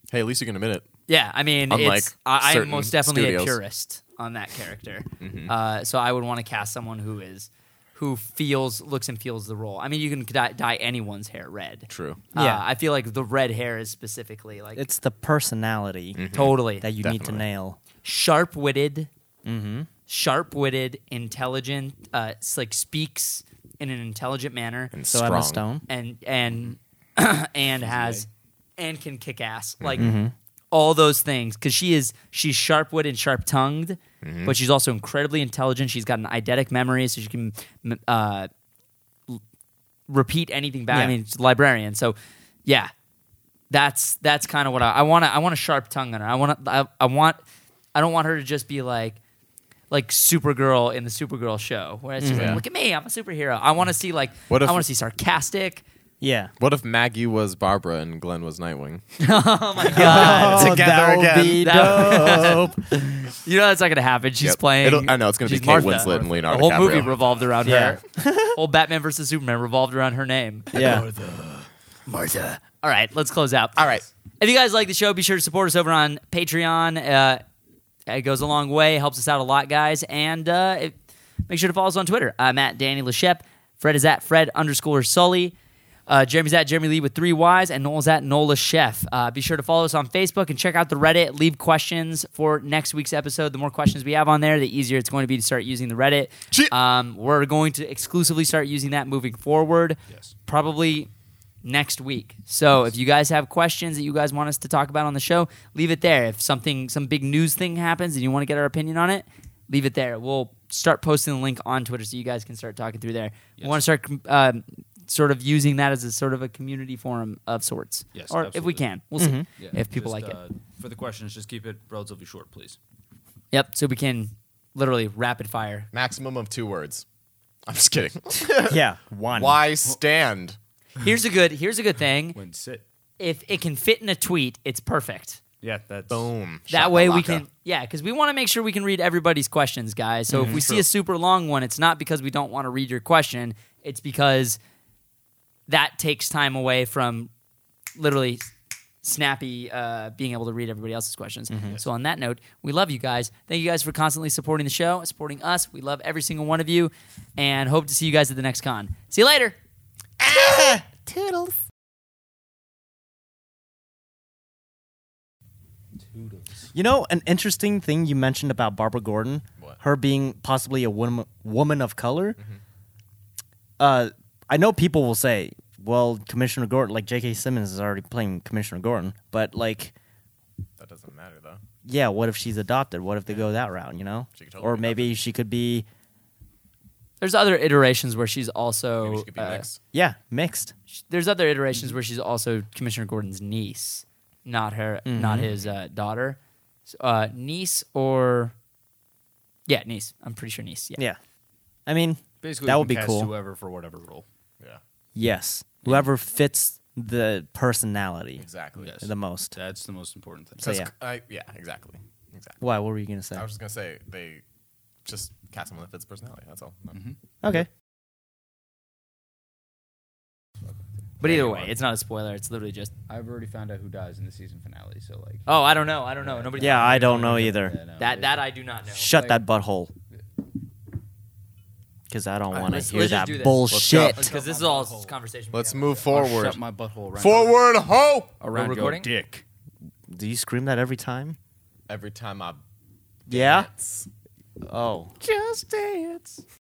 D: Hey, at least you can admit it.
A: Yeah, I mean,
D: Unlike
A: it's, I, I'm
D: certain
A: most definitely a
D: studios.
A: purist on that character.
B: Mm-hmm.
A: uh, so I would want to cast someone who is, who feels, looks and feels the role. I mean, you can dye, dye anyone's hair red.
D: True.
A: Yeah,
B: Yeah.
A: I feel like the red hair is specifically like Mhm.
B: It's the personality
A: totally
B: that you Mm-hmm. need to
D: Mm-hmm. Definitely.
B: nail.
A: sharp witted, sharp witted, intelligent, uh, s- like speaks in an intelligent manner,
D: And
B: So
D: strong.
B: Emma Stone.
A: and and and has and can kick ass like
D: Mm-hmm.
A: all those things because she is she's sharp witted and sharp tongued
D: Mm-hmm.
A: but she's also incredibly intelligent she's got an eidetic memory so she can m- uh, l- repeat anything back i
B: Yeah.
A: mean she's a librarian so yeah that's that's kind of what i, I want to i want a sharp tongue on her i want I, I want i don't want her to just be like like Supergirl in the Supergirl show, where it's just
D: Yeah.
A: like, "Look at me, I'm a superhero." I want to see like,
D: Mm-hmm. What if-
A: I want to see sarcastic,
B: Yeah.
D: What if Maggie was Barbara and Glenn was Nightwing?
B: God,
D: Together
B: that would
D: again.
B: be
A: That-
B: dope.
A: You know that's not gonna happen. She's
D: Yep.
A: playing.
D: It'll- I know, it's gonna be
A: she's
D: Kate
A: Martha.
D: Winslet and Leonardo
A: The whole
D: DiCaprio.
A: movie revolved around
B: Yeah.
A: her. whole Batman versus Superman revolved around her name.
B: yeah.
A: Martha. All right, let's close out.
D: All right.
A: If you guys like the show, be sure to support us over on Patreon. Uh, it goes a long way, helps us out a lot, guys. And uh, if, make sure to follow us on Twitter. I'm at Danny Leshep. Fred is at Fred underscore Sully. Uh, Jeremy's at Jeremy Lee with three Y's, and Noel's at Nola Chef. Uh, be sure to follow us on Facebook and check out the Reddit. Leave questions for next week's episode. The more questions we have on there, the easier it's going to be to start using the Reddit.
D: Chee-
A: Um, we're going to exclusively start using that moving forward.
C: Yes.
A: Probably next week. So if you guys have questions that you guys want us to talk about on the show, leave it there. If something some big news thing happens and you want to get our opinion on it, leave it there. We'll start posting the link on Twitter so you guys can start talking through there. We
C: Yes.
A: want to start um, sort of using that as a sort of a community forum of sorts.
C: Yes,
A: or if we
C: absolutely.
A: can, we'll see
C: Yeah,
A: if people
C: just,
A: like it.
C: uh, For the questions, just keep it relatively short, please.
A: Yep. So we can literally rapid fire.
D: Maximum of two words. I'm just kidding.
B: Yeah. One.
D: Why stand?
A: Here's a good here's a good thing.
C: When sit.
A: If it can fit in a tweet, it's perfect.
C: Yeah, that's
D: Boom.
A: that way we
D: Shakalaka.
A: can yeah because we want to make sure we can read everybody's questions guys so
D: Mhm.
A: if we see a super long one it's not because we don't want to read your question it's because that takes time away from literally snappy uh, being able to read everybody else's questions
D: Mm-hmm.
A: so on that note we love you guys thank you guys for constantly supporting the show and supporting us we love every single one of you and hope to see you guys at the next con see you later
B: You know, an interesting thing you mentioned about Barbara Gordon, her being possibly a woman, woman of color.
D: Mm-hmm.
B: Uh, I know people will say, well, Commissioner Gordon, like J.K. Simmons is already playing Commissioner Gordon, but like,
D: That doesn't matter though.
B: yeah, what if she's adopted? What if they go that route, you know?
D: She could totally
B: or
D: be
B: maybe she could be,
A: there's other iterations where she's also
D: Maybe she could be
A: uh,
D: next.
B: yeah, mixed.
A: there's other iterations where she's also Commissioner Gordon's niece, not her, not his uh, daughter, S- uh, niece or yeah, niece. I'm pretty sure niece. Yeah,
B: Yeah. I mean,
C: basically
B: that
C: we
B: would
C: can
B: be
C: cast
B: cool.
D: uh,
C: Whoever for whatever role.
D: Yeah.
B: Yes. Whoever fits the personality
D: Exactly.
C: Yes.
B: the most.
C: That's the most important thing.
B: So,
D: That's-
B: yeah.
D: I, yeah. Exactly. Exactly.
B: Why? What were you going to say?
D: I was just gonna say they just cast someone that fits personality. That's all.
C: Mm-hmm.
D: No.
B: okay.
A: but either
D: Anyone.
A: way, it's not a spoiler. It's literally just
C: I've already found out who dies in the season finale, so like
A: oh, I don't know, I don't know. Nobody.
B: Yeah, I don't know either.
A: That that I do not know.
B: Shut that butthole. because I don't want to
A: let's-
B: hear
A: let's just
B: that
A: do this.
B: bullshit.
A: Because oh, this is all conversation. we
D: Let's
A: have.
D: move
C: I'll
D: forward.
C: Shut my butthole around.
D: Forward, ho!
C: Around
A: We're
C: your
A: recording?
C: dick.
B: do you scream that every time?
D: Every time I
B: Yeah.
D: dance.
B: Oh.
C: Just dance.